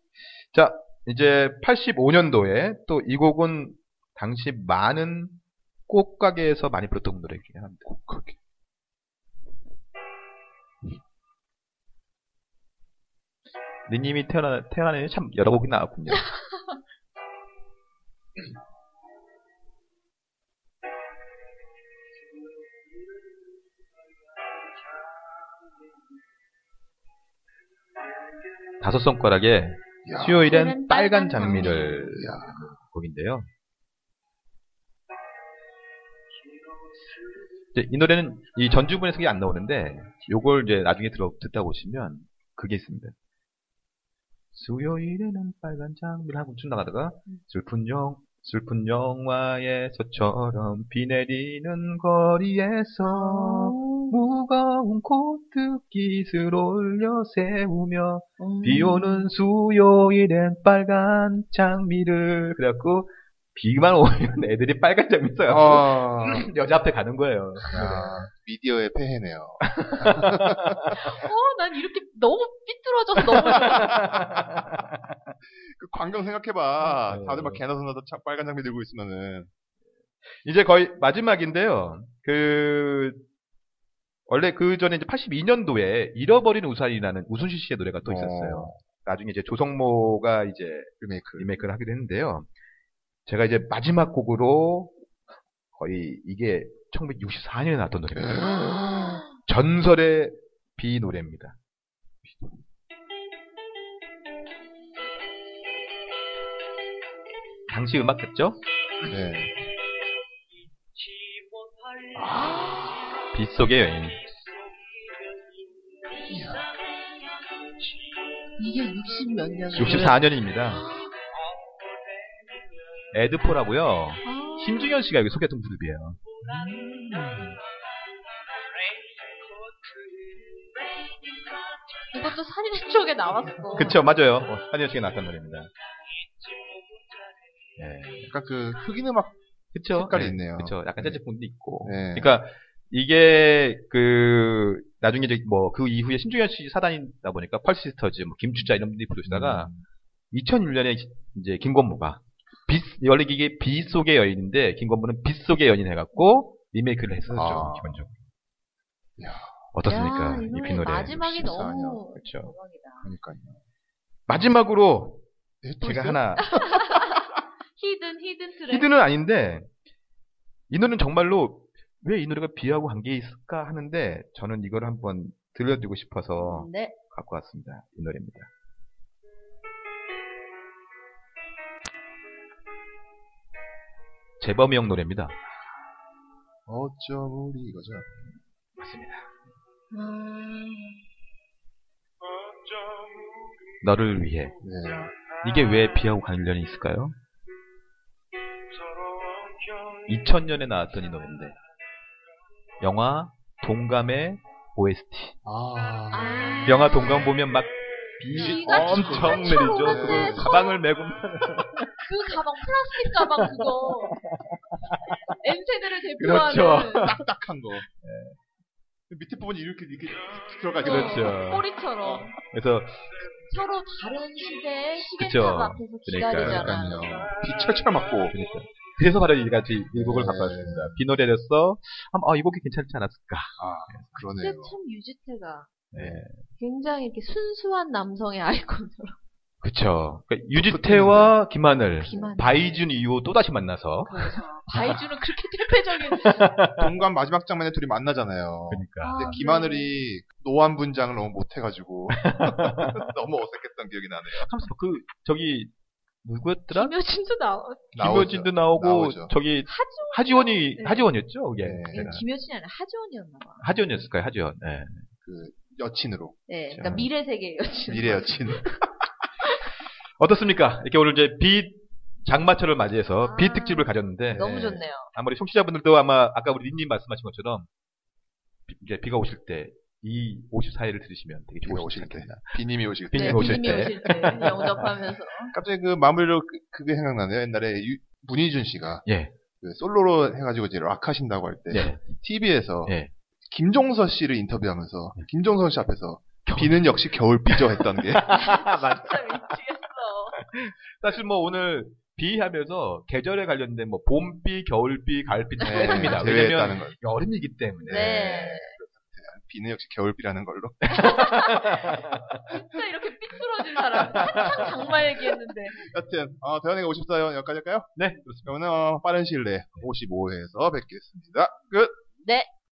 Speaker 4: 자 이제 85년도에 또 이 곡은 당시 많은 꽃가게에서 많이 불렀던 노래 중에 하나입니다. 꽃가게. 니님이 태어나, 태어나는 참 여러 곡이 나왔군요. 다섯 손가락에
Speaker 3: 야,
Speaker 2: 빨간
Speaker 4: 수요일엔 빨간
Speaker 2: 장미.
Speaker 4: 장미를
Speaker 3: 야,
Speaker 4: 곡인데요. 이제 이 노래는 이 전주분에서 이게 안 나오는데 요걸 이제 나중에 들어 듣다 보시면 그게 있습니다. 수요일에는 빨간 장미를 하고 쭉 나가다가 슬픈 영 슬픈 영화에서처럼 비 내리는
Speaker 2: 어.
Speaker 4: 거리에서 무거운 코트깃을 올려 세우며 비 오는 수요일엔 빨간 장미를 그래갖고 비만 오면 애들이 빨간 장미 써요.
Speaker 3: 아,
Speaker 4: 여자 앞에 가는 거예요.
Speaker 3: 야, 미디어의 폐해네요.
Speaker 2: 어, 난 이렇게 너무 삐뚤어져서 너무
Speaker 3: 그 광경 생각해봐.
Speaker 4: 어.
Speaker 3: 다들 막 개나 소나다 차- 빨간 장비 들고 있으면은.
Speaker 4: 이제 거의 마지막인데요. 그 원래 그 전에 이제 82년도에 잃어버린 우산이라는 우순실 씨의 노래가 또 있었어요. 나중에 이제 조성모가 이제 그 리메이크 리메이크를 하기도 했는데요. 제가 이제 마지막 곡으로 거의 이게 1964년에 나왔던 노래입니다. 전설의 비 노래입니다. 당시 음악 같죠?
Speaker 3: 네.
Speaker 4: 빗속의 여인.
Speaker 2: 이게 60 몇 아, 년이에요.
Speaker 4: 64년입니다. 에드포라고요. 심중현 씨가 여기 소개했던 그룹이에요.
Speaker 2: 이것도 사진 쪽에 나왔어.
Speaker 4: 그쵸, 맞아요. 어, 한현 씨가 나왔던 노래입니다. 예.
Speaker 3: 약간 그 흑인 음악
Speaker 4: 그쵸.
Speaker 3: 색깔이
Speaker 4: 예,
Speaker 3: 있네요.
Speaker 4: 그쵸. 약간 재즈폰도 있고.
Speaker 3: 네.
Speaker 4: 그러니까 이게 그 나중에 이제 뭐 그 이후에 심중현 씨 사단이다 보니까 펄시스터즈, 뭐 김추자 이런 분들이 부르시다가
Speaker 3: 음,
Speaker 4: 2001년에 이제 김건모가 빛 원래 이게 비 속의 여인인데 김건모는 빛 속의 여인 해갖고 리메이크를 했었죠
Speaker 3: 아.
Speaker 4: 기본적으로.
Speaker 3: 야.
Speaker 4: 어떻습니까
Speaker 2: 야, 이 노래
Speaker 4: 이비 노래?
Speaker 2: 마지막이
Speaker 3: 64 년.
Speaker 2: 너무
Speaker 4: 그렇죠.
Speaker 2: 대박이다.
Speaker 3: 그러니까요.
Speaker 4: 마지막으로
Speaker 3: 네, 또
Speaker 4: 제가
Speaker 3: 있어요?
Speaker 4: 하나
Speaker 2: 히든 히든 트랙.
Speaker 4: 히든은 아닌데 이 노래는 정말로 왜 이 노래가 비하고 관계 있을까 하는데 저는 이걸 한번 들려드리고 싶어서
Speaker 2: 네.
Speaker 4: 갖고 왔습니다. 이 노래입니다. 재범이 형 노래입니다.
Speaker 3: 어쩜 우리 이거죠.
Speaker 2: 아.
Speaker 6: 어?
Speaker 4: 너를 위해.
Speaker 3: 네.
Speaker 4: 이게 왜 비하고 관련이 있을까요?
Speaker 6: 2000
Speaker 4: 2000년에 나왔던 이 노래인데 영화 동감의 OST
Speaker 3: 아.
Speaker 4: 영화 동감 보면 막 비가
Speaker 2: 비가
Speaker 4: 엄청
Speaker 2: 진짜
Speaker 4: 내리죠
Speaker 2: 오는데
Speaker 4: 그걸
Speaker 2: 서울-
Speaker 4: 가방을 메고 막
Speaker 2: 그 가방 플라스틱 가방 그거. M세대를
Speaker 4: 그렇죠.
Speaker 2: 대표하는 그
Speaker 3: 딱딱한 거. 네. 그 밑에 부분이 이렇게 이렇게 들어가 있죠.
Speaker 4: 그렇죠.
Speaker 2: 꼬리처럼
Speaker 4: 그래서
Speaker 2: 서로 다른 시대의
Speaker 4: 그쵸.
Speaker 2: 시계탑 앞에서 기다리잖아.
Speaker 3: 그러니까요. 비 철철 맞고.
Speaker 4: 그러니까 그래서 바로 이 같이 이 곡을
Speaker 3: 네.
Speaker 4: 갖다 줬습니다 비 노래로서 한번 아, 이 곡이 괜찮지 않았을까
Speaker 3: 아,
Speaker 2: 근데
Speaker 3: 그러네요.
Speaker 2: 참 유지태가
Speaker 4: 네.
Speaker 2: 굉장히 이렇게 순수한 남성의 아이콘으로
Speaker 4: 그쵸 그러니까 유지태와 김하늘
Speaker 2: 기만.
Speaker 4: 바이준 이후 또다시 만나서
Speaker 2: 그 바이주는 그렇게 대표적인
Speaker 3: 동감 마지막 장면에 둘이 만나잖아요.
Speaker 4: 그러니까
Speaker 3: 근데
Speaker 2: 아,
Speaker 3: 김하늘이 노안 분장을 너무 못해가지고 너무 어색했던 기억이 나네요.
Speaker 4: 참그 저기 누구였더라?
Speaker 2: 김효진도 나와.
Speaker 3: 나오죠.
Speaker 4: 김효진도 나오고
Speaker 3: 나오죠.
Speaker 4: 저기
Speaker 2: 하지원.
Speaker 4: 하지원이
Speaker 2: 네.
Speaker 4: 하지원이었죠 그게
Speaker 3: 네.
Speaker 4: 제가.
Speaker 2: 김효진이 아니라 하지원이었나 봐.
Speaker 4: 하지원이었을까요 하지원 네.
Speaker 3: 여친으로
Speaker 2: 네, 그러니까 미래 세계예요 지금.
Speaker 3: 미래 여친.
Speaker 4: 어떻습니까 이렇게 오늘 이제 빛 장마철을 맞이해서
Speaker 2: 아.
Speaker 4: 빛 특집을 가졌는데
Speaker 2: 너무
Speaker 3: 네.
Speaker 2: 좋네요.
Speaker 4: 아무리 청취자분들도 아마 아까 우리 린님 말씀하신 것처럼 비, 이제 비가 오실 때 이 54회를 들으시면 되게
Speaker 3: 비가
Speaker 4: 좋으실
Speaker 3: 오실
Speaker 4: 텐데
Speaker 3: 때. 비님이 오실 때.
Speaker 4: 비님이
Speaker 2: 네,
Speaker 4: 오실
Speaker 2: 비님이
Speaker 4: 때.
Speaker 2: 오실 때 영접하면서
Speaker 3: 갑자기 그 마무리로 그- 그게 생각나네요. 옛날에 유- 문희준 씨가
Speaker 4: 예,
Speaker 3: 그 솔로로 해가지고 이제 락하신다고 할 때
Speaker 4: 예,
Speaker 3: TV에서
Speaker 4: 예.
Speaker 3: 김종서 씨를 인터뷰하면서
Speaker 4: 네.
Speaker 3: 김종서 씨 앞에서
Speaker 4: 겨울.
Speaker 3: 비는 역시 겨울비죠 했던 게
Speaker 2: 진짜 미치겠어.
Speaker 4: 사실 뭐 오늘 비 하면서 계절에 관련된 뭐 봄비, 겨울비, 가을비 다
Speaker 3: 네,
Speaker 4: 빼줍니다.
Speaker 3: 제외했다는
Speaker 4: 왜냐면
Speaker 3: 걸.
Speaker 4: 여름이기 때문에.
Speaker 2: 네.
Speaker 3: 비는 역시 겨울비라는 걸로.
Speaker 2: 진짜 이렇게 삐뚤어진 사람 한참 장마 얘기했는데
Speaker 3: 여튼 어, 대현이가 54회 여기까지 할까요?
Speaker 4: 네, 그렇습니다.
Speaker 3: 그러면 어, 빠른 시일 내에 55회에서 뵙겠습니다. 끝.
Speaker 2: 네.